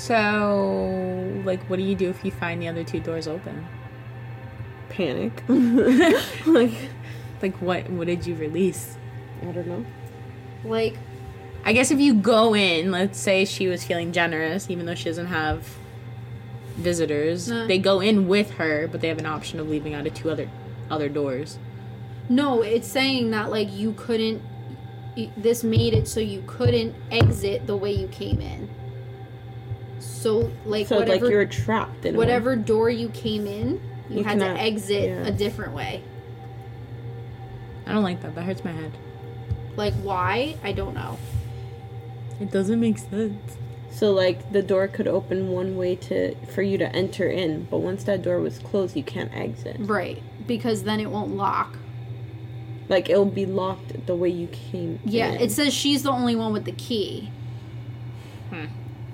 So like what do you do if you find the other two doors open?
Panic. *laughs* like
Like what what did you release?
I don't know.
Like,
I guess if you go in, let's say she was feeling generous, even though she doesn't have visitors,
Uh.
they go in with her, but they have an option of leaving out of two other other doors.
no, it's saying that, like, you couldn't. y- This made it so you couldn't exit the way you came in. So, like,
So
whatever,
like you're trapped in a way.
whatever door you came in, you,
You
had
cannot-
to exit
yeah.
a different way.
I don't like that. That hurts my head.
Like, why? I don't know.
It doesn't make sense.
So like the door could open one way to for you to enter in, but once that door was closed, you can't exit.
Right. Because then it won't lock.
Like it'll be locked the way you came.
Yeah,
in.
it says she's the only one with the key.
Hmm.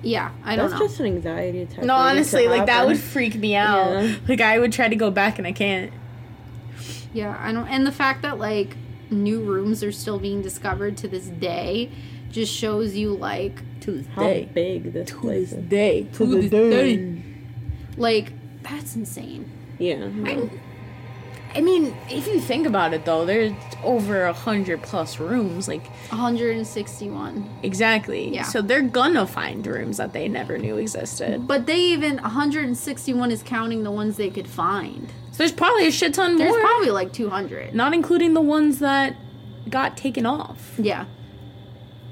Yeah, I don't
that's
know.
just an anxiety attack.
No,
waiting to
honestly, like that
happen.
would freak me out.
Yeah.
Like I would try to go back and I can't.
Yeah, I don't. And the fact that like new rooms are still being discovered to this day just shows you like
How
Tuesday.
big this place is.
Day. To the day.
like that's insane.
Yeah.
I mean, if you think about it, though, there's over a hundred plus rooms. Like
161.
exactly.
Yeah.
So they're gonna find rooms that they never knew existed.
But they even 161 is counting the ones they could find.
So there's probably a shit ton
There's
more,
probably like 200.
not including the ones that got taken off.
Yeah.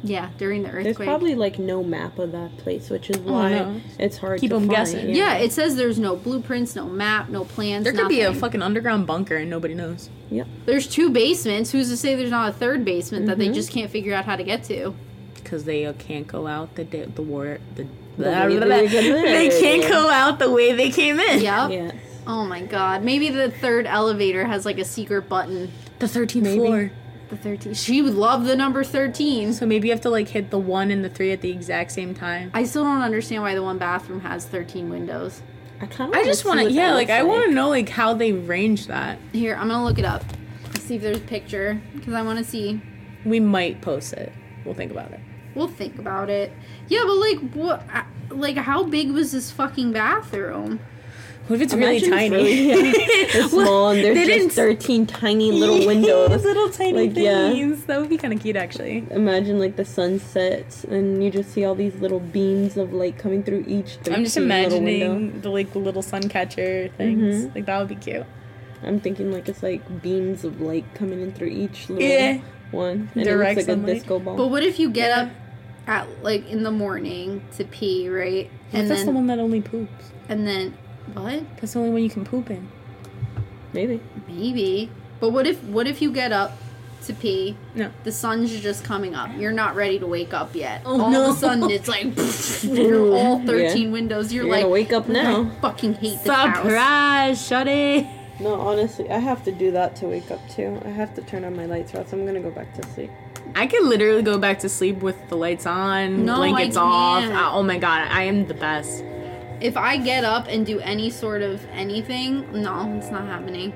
Yeah, during the
There's
earthquake.
probably like no map of that place, which is why
no.
it's hard
Keep
to
'em
find.
guessing.
yeah, it says there's no blueprints, no map, no plans.
There could be a
nothing.
fucking underground bunker and nobody knows.
Yep.
There's two basements. Who's to say there's not a third basement that
Mm-hmm.
they just can't figure out how to get to?
because they uh, can't go out the day, the war the,
way
*laughs*
they came in.
they can't go out the way they came in.
Yep.
Yes.
Oh my god. Maybe the third elevator has like a secret button.
the thirteenth floor.
The 13. She would love the number 13.
So maybe you have to like hit the one and the three at the exact same time.
I still don't understand why the one bathroom has 13 windows.
I kind of.
I just want to, yeah, like I want to know like how they range that.
Here, I'm gonna look it up. See if there's a picture because I want to see.
We might post it. We'll think about it.
We'll think about it. Yeah, but like, what? I- Like, how big was this fucking bathroom?
What if it's
Imagine
really
it's
tiny? *laughs*
really- It's small and
They
there's
didn't-
just 13
*laughs*
tiny little windows.
little tiny
Like, yeah.
things. That would be kind of cute, actually.
Imagine like the sun sets and you just see all these little beams of light coming through each.
I'm just
13 little window.
imagining the like the little sun catcher things. Like that would be cute.
I'm thinking like it's like beams of light coming in through each little
Yeah.
one. And
Direct
it looks like
sunlight.
a disco ball.
But what if you get up at like in the morning to pee, right?
And
And
that's
then
the one that only poops.
and then what?
That's the only one you can poop in.
Maybe.
Maybe. But what if what if you get up to pee?
No.
The sun's just coming up. You're not ready to wake up yet.
Oh,
all
no.
of a sudden, it's like *laughs* through
*laughs*
all
Yeah.
13 windows. You're,
You're
like,
gonna wake up now.
I fucking hate this house.
Surprise! Shut it.
No, honestly, I have to do that to wake up too. I have to turn on my lights, or else I'm gonna go back to sleep.
I could literally go back to sleep with the lights on,
No, I
blankets off.
can't.
Uh, oh my god, I am the best.
If I get up and do any sort of anything, no, it's not happening.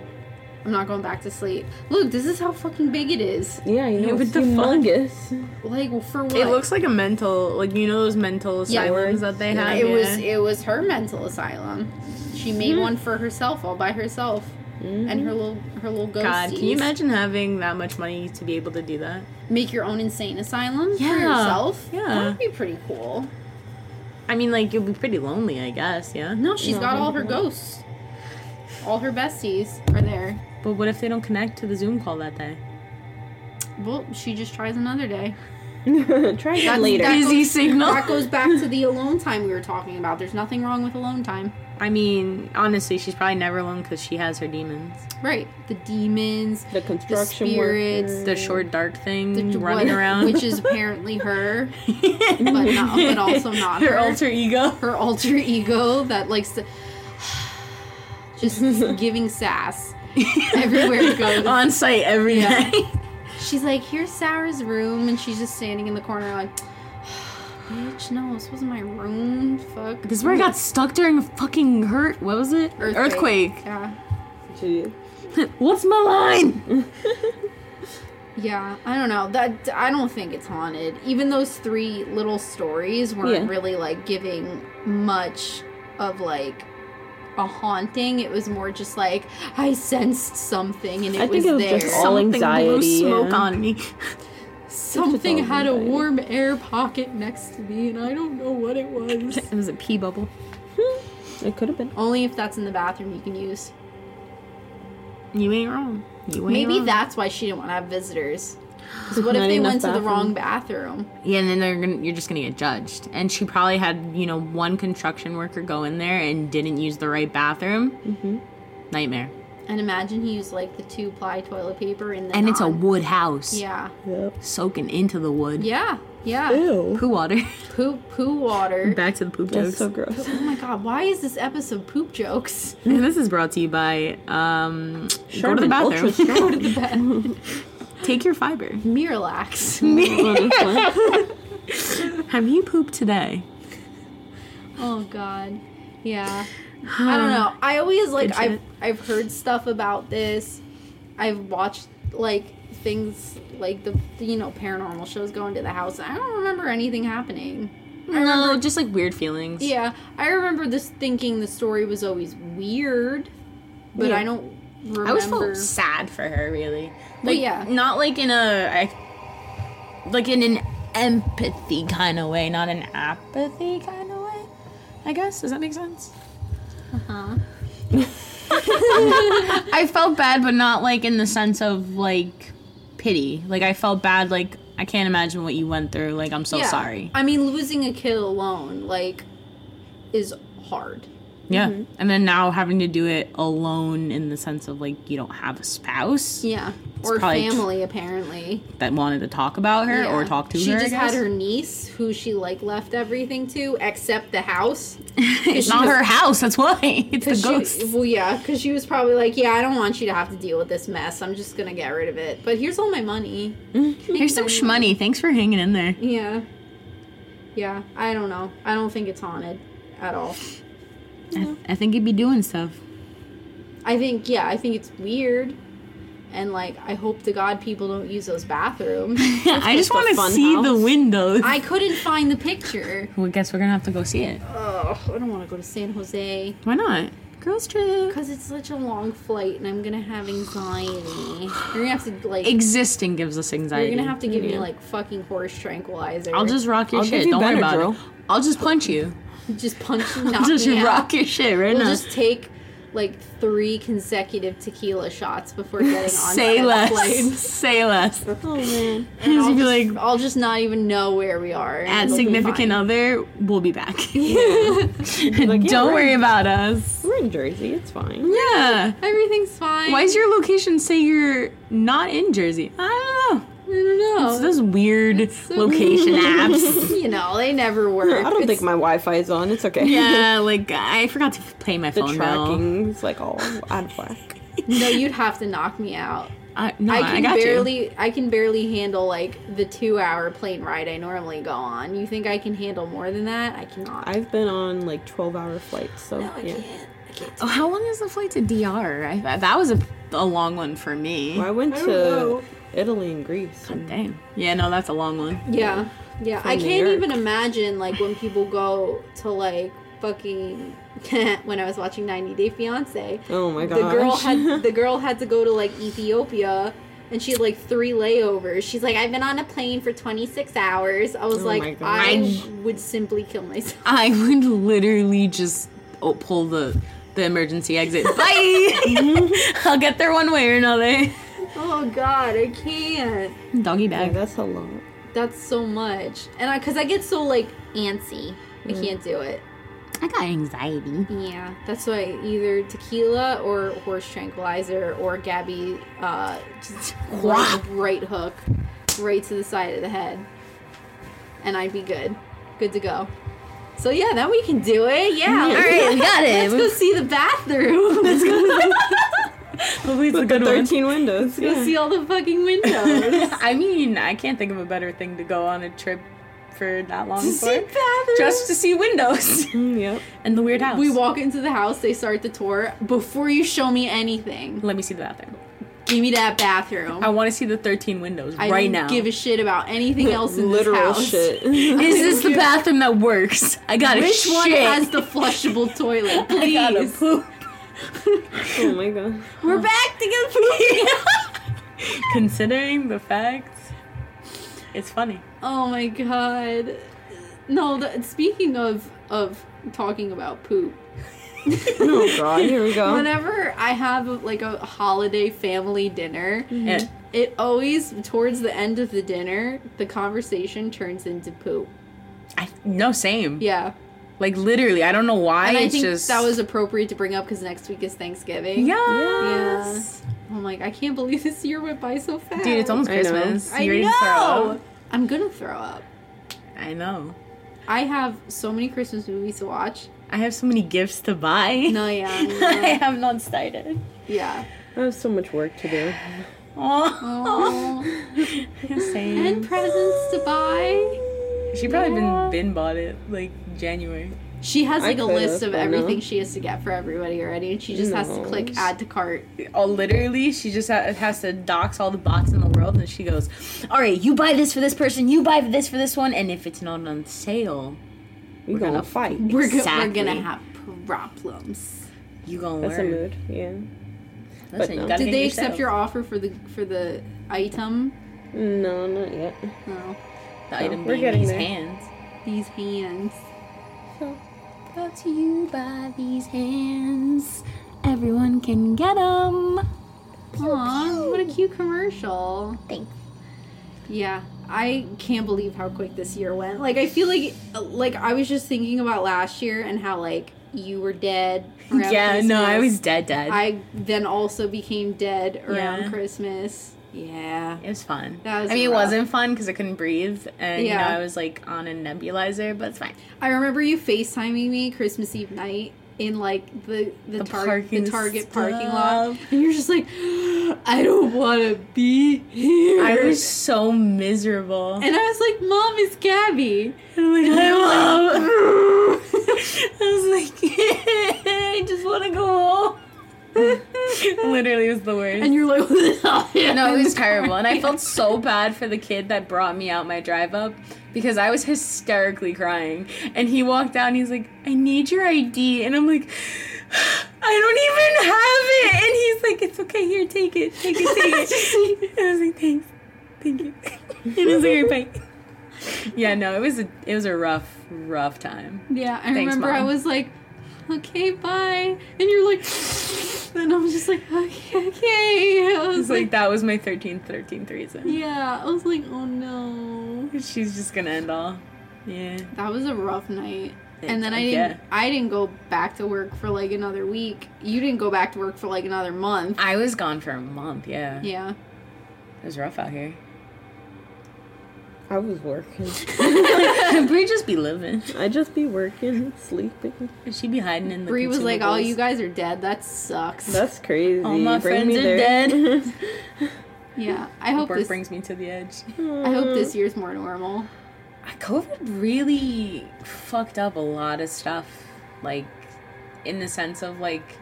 I'm not going back to sleep. Look, this is how fucking big it is.
Yeah, you know,
what
it's
the fuck?
humongous. *laughs*
Like for what?
It looks like a mental, like you know those mental
Yeah.
asylums that they have.
it was
yeah. Hmm.
it was her mental asylum. She made one for herself all by herself, and her little her little ghost.
God, can you imagine having that much money to be able to do that?
Make your own insane asylum for
Yeah,
yourself.
yeah.
that would be pretty cool.
I mean, like you'd be pretty lonely, I guess. Yeah.
No, she's
No,
got all her
no.
ghosts. All her besties are there.
But what if they don't connect to the Zoom call that day?
Well, she just tries another day.
Try again later.
that
Busy
goes-
signal.
That goes back to the alone time we were talking about. There's nothing wrong with alone time.
I mean, honestly, she's probably never alone because she has her demons.
Right. The demons,
the construction
spirits,
*laughs* workers.
The short dark thing
the-
Mm, running
what-
around,
which is apparently her, but not, but also
*laughs*
not
her
her.
alter ego.
her alter ego that likes to *sighs* just
*laughs*
giving sass everywhere it goes.
on site every
Yeah.
*laughs* night.
*laughs* She's like, here's Sarah's room, and she's just standing in the corner like, *sighs* bitch, no, this wasn't my room. Fuck.
This is where I got stuck during a fucking hurt. What was it?
Yeah.
Jeez.
What's my line?
Yeah, I don't know. That I don't think it's haunted. Even those three little stories weren't
Yeah.
really like giving much of like a haunting. It was more just like I sensed something and it
I
was
think it was
there.
just all anxiety,
smoke
yeah.
on me. *laughs*
something
all
had a
anxiety.
warm air pocket next to me and I don't know what it was.
It was a pee bubble.
It could have been.
Only if that's in the bathroom you can use.
You ain't wrong. You ain't
Maybe
wrong.
that's why she didn't want to have visitors. 'Cause what if
Not
they
enough
went to the wrong bathroom?
Yeah, and then they're gonna, you're just gonna get judged. And she probably had you know one construction worker go in there and didn't use the right bathroom. Mm-hmm. Nightmare.
And imagine he used like the two ply toilet paper in the
And it's a
non-
wood house.
Yeah.
Yep.
Soaking into the wood.
Yeah. Yeah.
Ew.
Poo water.
Poo poo water.
*laughs* Back to the poop jokes.
That's so *laughs* gross.
Oh my god, why is this episode poop jokes?
this is brought to you by um, go to the
Charmin Ultra
bathroom.
Strong.
*laughs* Take your *laughs* fiber.
Miralax.
Honestly.
*laughs* Have you pooped today?
Oh god. Yeah. I don't know. I always like
Good
I've
shit.
I've heard stuff about this. I've watched like things like the you know paranormal shows go into the house. I don't remember anything happening.
No, just like weird feelings.
Yeah, I remember this thinking the story was always weird, but
Yeah.
I don't remember.
I always felt sad for her, really. Like,
Well, yeah.
Not like in a, I, like in an empathy kind of way, not an apathy kind of way. I guess does that make sense?
*laughs* Huh?
*laughs* I felt bad, but not like in the sense of like pity. Like I felt bad. Like I can't imagine what you went through. Like I'm so
Yeah.
sorry.
I mean, losing a kid alone like is hard.
Yeah. And then now having to do it alone in the sense of like you don't have a spouse
Yeah, or
probably tr-
family apparently.
that wanted to talk about her or
Yeah.
talk to
she
her. I
She just had
guess.
her niece, who she like left everything to, except the house.
it's not her house. That's why *laughs* it's the
'Cause
ghost.
She, well, yeah, because she was probably like, "Yeah, I don't want you to have to deal with this mess. I'm just gonna get rid of it." But here's all my money.
Mm-hmm. Here's some shmoney. Thanks for hanging in there.
Yeah, yeah. I don't know. I don't think it's haunted at all.
I, I think he'd be doing stuff.
I think, yeah, I think it's weird. And like, I hope to God people don't use those
*laughs*
bathrooms.
I just
the
want to
fun
see the
house.
windows.
I couldn't find the picture.
well, I guess we're gonna have to go see it.
Oh, I don't want to go to San Jose
Why not? Girls trip.
because it's such a long flight, and I'm gonna have anxiety. You're gonna have to like.
Existing gives us anxiety.
You're gonna have to give me like fucking horse tranquilizer.
Mm-hmm. I'll just rock your
I'll
shit.
give you
Don't worry about
Benadryl.
it. I'll just punch
*laughs*
you.
just
*laughs*
punch and knock
I'll just
me out.
rock your shit right
We'll
now.
just take like three consecutive tequila shots
*laughs*
before getting on
Say
said
less. *laughs*
plane.
Say less.
*laughs* Oh man.
And I'll,
Just be
just,
like-
I'll just not even know where we are. and
At
it'll be
significant
fine.
other, we'll be
*laughs*
back. *laughs*
yeah,
Don't
we're-
worry about us.
We're in Jersey. It's fine.
Yeah.
Everything's fine.
Why does your location say you're not in Jersey? I don't know.
I don't
*laughs*
know.
It's those weird
so-
location
*laughs*
apps.
you know,
*laughs*
they never work.
I don't
It's-
think my Wi-Fi is on. It's okay.
yeah, like I forgot to pay my
the
phone bill.
tracking's like all out of whack.
*laughs* No, you'd have to knock me out.
I, no,
I
I,
can
got you.
barely I can barely handle like the two hour plane ride I normally go on. You think I can handle more than that? I cannot.
I've been on like 12-hour flights, so
I
yeah.
can't. I can't.
Oh, how long is the flight to DR? I, that that was a, a long one for me.
Well, I went
don't
to
know.
Italy and Greece. and
Dang. Yeah, no, that's a long one.
Yeah, yeah. I
New
can't
York.
even imagine like when people go to like fucking *laughs* when I was watching 90 Day Fiance.
Oh my
The girl
gosh. *laughs*
had the girl had to go to like Ethiopia and she had like three layovers. She's like, I've been on a plane for 26 hours. I was
Oh my
like,
God.
I would simply kill myself.
I would literally just oh, pull the the emergency
*laughs*
exit. Bye. *laughs* I'll get there one way or another.
Oh God, I can't.
Doggy
Yeah,
bag.
that's a lot.
That's so much. And I, cause I get so like antsy. I can't do it.
I got *laughs* anxiety.
Mm. Yeah, that's why either tequila or horse tranquilizer or Gabby, uh, just *laughs* right, right hook, right to the side of the head, and I'd be good, good to go. So yeah, now we can do it. Yeah, all *laughs* right,
we got it.
let's go see the bathroom. *laughs* Let's go,
Hopefully it's a good one.
13 windows.
go see all the fucking *laughs* windows.
*laughs* I mean, I can't think of a better thing to go on a trip for that long
see
for.
bathrooms.
Just to see
*laughs*
windows *laughs*
Mm, yep.
and the weird house.
we walk into the house. They start the tour before you show me anything.
Let me see the bathroom.
Give me that bathroom.
I want to see the 13 windows
I
right
don't
now.
give a shit about anything else in
Literal
this house.
*laughs*
shit. *laughs*
Is this the bathroom that works? I got a
*laughs* Which
shit.
one has the flushable toilet?
*laughs* I got a
Please.
poop. *laughs*
oh my god.
We're back together.
Considering the fact, it's funny.
*laughs* oh my god. No, th- speaking of of talking about poop.
Oh god, here we go.
Whenever I have like a holiday family dinner,
It-
it always towards the end of the dinner, the conversation turns into poop.
I, no, same.
Yeah.
Like literally, I don't know why.
And I
it's
think
just
that was appropriate to bring up cuz next week is Thanksgiving.
Yes.
I'm like, I can't believe this year went by so fast.
Dude, it's almost
I know.
Christmas.
I
You ready to throw
know.
up?
I'm going to throw up.
I know.
I have so many Christmas movies to watch.
I have so many gifts to buy.
No, yeah,
*laughs* I
I
have not started.
Yeah.
I have so much work to do.
Oh,
Oh,
*laughs* same.
and presents to buy.
She probably been bin bought it like January.
She has
I
like a
could've,
list of
but no.
everything she has to get for everybody already, and she just has to
No.
click add to cart.
Oh, literally, she just ha- has to dox all the bots in the world world. And she goes, All right, you buy this for this person, you buy this for this one, and if it's not on sale,
We're gonna fight.
We're, go-
Exactly.
we're gonna have problems.
you gonna
That's a
learn.
mood. Yeah.
Listen,
But
you
no.
gotta
Did
get
they
your
accept
sale.
your offer for the for the item?
No, not yet.
No.
the item
We're
being
getting
these
there.
hands?
These hands.
So
Brought to you by these hands. Everyone can get them.
Aw, what a cute commercial.
Thanks.
Yeah, I can't believe how quick this year went. Like I feel like like I was just thinking about last year and how like you were dead.
*laughs*
around
Yeah, no, I
Christmas.
was dead, dead.
I then also became dead around
Yeah.
Christmas. Yeah.
it was fun.
That was
I mean, it
rough.
wasn't fun because I couldn't breathe, and you know,
Yeah.
I was like on a nebulizer, but it's fine.
I remember you FaceTiming me Christmas Eve night in like the the,
The
tar-
parking
the Target parking lot,
stuff.
and you're just like, *gasps* I don't want to be here.
I was so miserable.
*laughs* and I was like, Mom, it's Gabby.
I'm like, I love. *laughs* I was like, *laughs* I just want to go home. *laughs* Literally, it was the worst.
And you're like, *laughs*
no, it was terrible, and I felt so bad for the kid that brought me out my drive up because I was hysterically crying. And he walked down, he's like, "I need your ID," and I'm like, "I don't even have it." And he's like, "It's okay, here, take it, take it, take it." and I was like, "Thanks, thank you." and he was like, "Bye." Yeah, no, it was a it was a rough, rough time.
Yeah, I
Thanks,
remember I
Mom.
was like, okay, bye. And you're like, *laughs* and I'm just like, okay, okay. I
It's
was
like
like,
that was my 13th, 13th reason.
yeah, I was like, oh no.
She's just gonna end all. Yeah.
That was a rough night.
It-
And then I
I
didn't,
get-
I didn't go back to work for like another week. You didn't go back to work for like another month.
I was gone for a month, yeah.
Yeah.
It was rough out here.
I was working.
*laughs* Brie just be living.
I just be working, sleeping.
She be hiding in the.
Bree was like, oh,
all
you guys are dead. That sucks.
That's crazy.
All my
Bring me
friends are
there.
*laughs* dead.
yeah. I hope
Work
this,
brings me to the edge.
I hope
*laughs*
this year's more normal.
COVID really fucked up a lot of stuff, like in the sense of like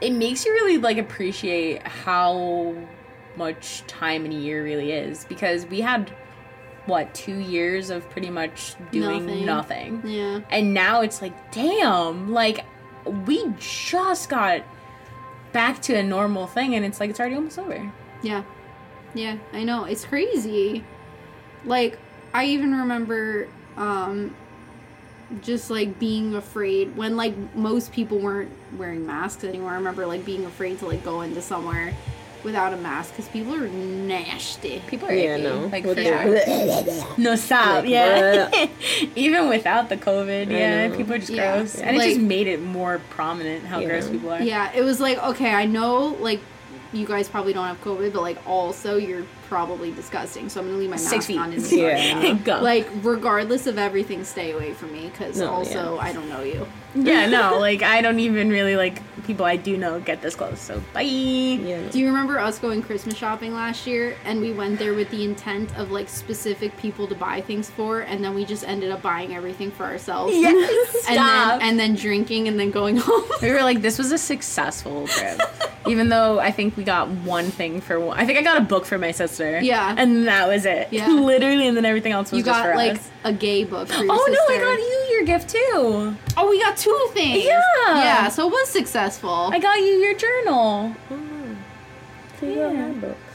it makes you really like appreciate how much time in a year really is because we had what two years of pretty much doing
Nothing.
nothing.
Yeah.
And now it's like, damn, like we just got back to a normal thing and it's like it's already almost over.
Yeah. Yeah, I know. It's crazy. Like, I even remember um just like being afraid when like most people weren't wearing masks anymore. I remember like being afraid to like go into somewhere without a mask cuz people are nasty.
People are
Yeah,
icky,
no.
like
With
for
Yeah.
*laughs* sure.
the-
No stop,
Like,
yeah. *laughs* Even without the COVID,
I
yeah,
know.
people are just
Yeah.
gross, and it just
Like-
made it more prominent how
Yeah.
gross people are.
Yeah, it was like, okay, I know like you guys probably don't have COVID, but like also you're probably disgusting. So I'm gonna leave my mask
Six feet.
on. and-
*laughs* Yeah.
*laughs* Go.
Like regardless of everything, stay away from me because
No,
also I don't know you. *laughs*
yeah, no, like I don't even really like people I do know get this close. So bye.
Yeah. no.
Do you remember us going Christmas shopping last year and we went there with the intent of like specific people to buy things for and then we just ended up buying everything for ourselves?
Yes,
*laughs*
stop.
And then, and then drinking and then going *laughs* home.
we were like, this was a successful
*laughs*
trip. Even though I think we got one thing for one. I think I got a book for my sister.
Yeah.
And that was it. *laughs*
Yeah.
Literally, and then everything else was
you
just
got
for
like
us.
a gay book for your
Oh no, I
sister.
got you your gift too.
Oh, we got two things.
Yeah.
Yeah, so it was successful.
I got you your journal.
Oh. So you got
Yeah.
my books.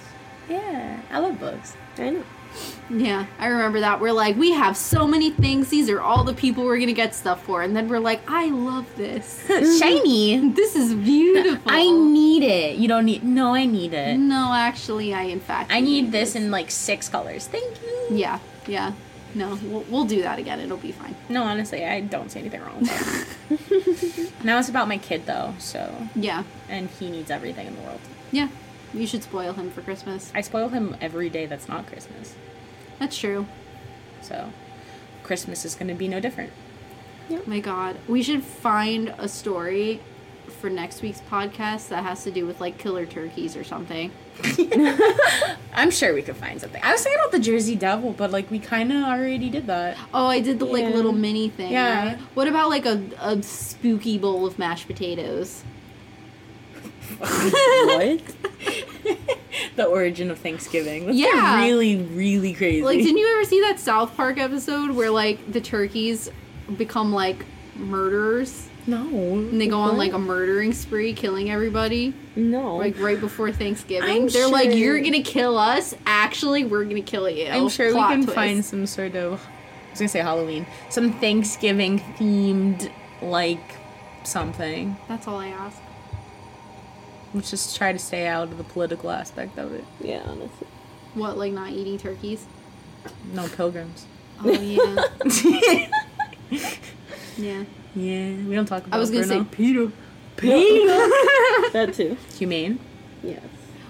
Yeah. I love books.
I know.
yeah, I remember that. We're like, we have so many things. These are all the people we're going to get stuff for. And then we're like, I love this.
Shiny.
this is beautiful.
I need it. You don't need no, I need it.
No, actually, I in fact.
I need this in like six colors. Thank you.
Yeah, yeah. No, we'll, we'll do that again. It'll be fine.
No, honestly, I don't see anything wrong with that.
*laughs*
now it's about my kid though, so
Yeah,
and he needs everything in the world.
yeah. You should spoil him for Christmas.
I spoil him every day that's not Christmas.
That's true.
So Christmas is going to be no different.
My God, we should find a story for next week's podcast that has to do with like killer turkeys or something.
I'm sure we could find something. I was thinking about the Jersey Devil, but like we kind of already did that.
Oh, I did the like
Yeah.
little mini thing.
Yeah.
right? What about like a, a spooky
*laughs*
bowl of mashed potatoes?
what?
the origin of Thanksgiving. That's
Yeah.
really, really crazy.
Like, didn't you ever see that South Park episode where like the turkeys become like murderers
no.
and they go on like a murdering spree, killing everybody
no.
like right before Thanksgiving?
I'm
They're like,
sure-
"You're gonna kill us." Actually, we're gonna kill you.
I'm sure we
Plot
can
twist.
find some sort of. I was gonna say Halloween, some Thanksgiving themed like something.
That's all I ask.
Let's just try to stay out of the political aspect of it.
yeah, honestly.
What, like not
*laughs*
eating turkeys?
No
*laughs*
pilgrims.
Oh yeah,
yeah,
yeah.
we don't talk about.
I was gonna say
Bruno.
Peter.
*laughs*
That too.
humane
Yes.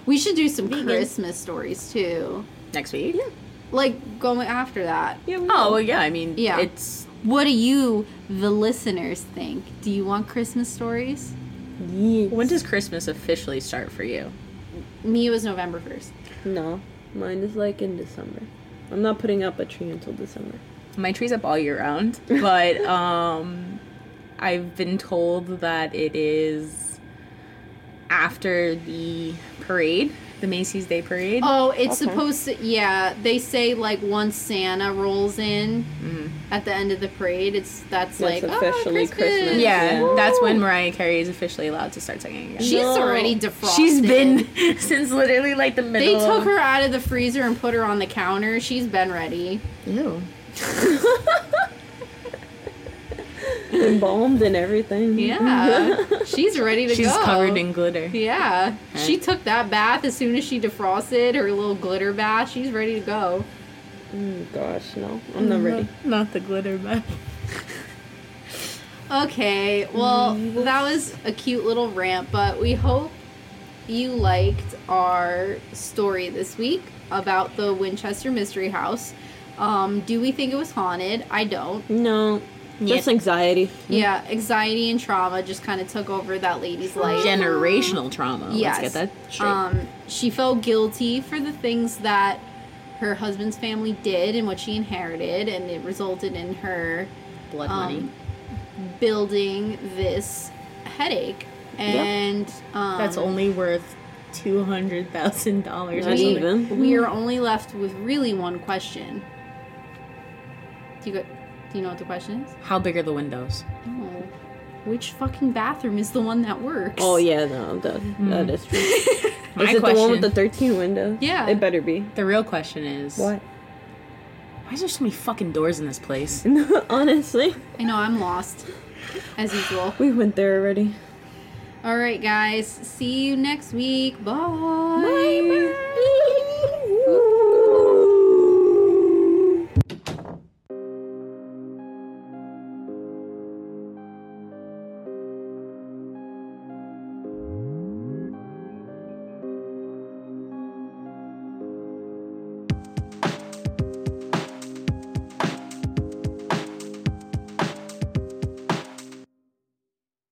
We should do some Christmas stories too.
next week.
Like going after that.
Yeah. We
Oh well, yeah. I mean,
Yeah.
it's
What do you, the listeners, think? Do you want Christmas stories?
Yes.
when does Christmas officially start for you?
Me, it was November 1st.
No, mine is like in December. I'm not putting up a tree
*laughs*
until December.
My tree's up all year
*laughs*
round, but um, I've been told that it is after the parade, the Macy's Day Parade.
Oh, it's supposed to, yeah, they say like once Santa rolls in at the end of the parade, it's that's, like
That's
"Oh,
officially
Christmas.
Christmas.
Yeah,
Woo!
that's when Mariah Carey is officially allowed to start singing again.
She's
No.
already defrosted.
She's been *laughs* since literally like the
They
middle.
took her out of the freezer and put her on the counter. She's been ready.
Ew.
Embalmed and everything.
Yeah. She's ready to
She's
go.
covered in glitter.
Yeah. She took that bath as soon as she defrosted her little glitter bath. She's ready to go.
Mm, gosh, no, I'm not ready.
Not the glitter bath.
Okay, well, that was a cute little rant, but we hope you liked our story this week about the Winchester Mystery House. Um, do we think it was haunted? I don't.
Mm-hmm.
No, just anxiety.
Yeah, anxiety and trauma just kind of took over that lady's life.
Generational trauma.
yes.
Let's get that straight.
um, she felt guilty for the things that her husband's family did and what she inherited, and it resulted in her
Blood
um,
money.
building this headache. And um,
That's only worth two hundred thousand dollars.
Not
we,
even. Mm-hmm.
we are only left with really one question. Do you go, do you know what the question is?
How big are the windows?
No. Which fucking bathroom is the one that works?
Oh yeah, no, that, that is true. is
Mm-hmm. My
it
question.
the one with the 13 windows?
Yeah.
it better be.
the real question is
What?
Why is there so many fucking doors in this place?
*laughs* Honestly,
I know I'm lost, as usual.
we went there already.
All right, guys. See you next week. Bye.
Bye.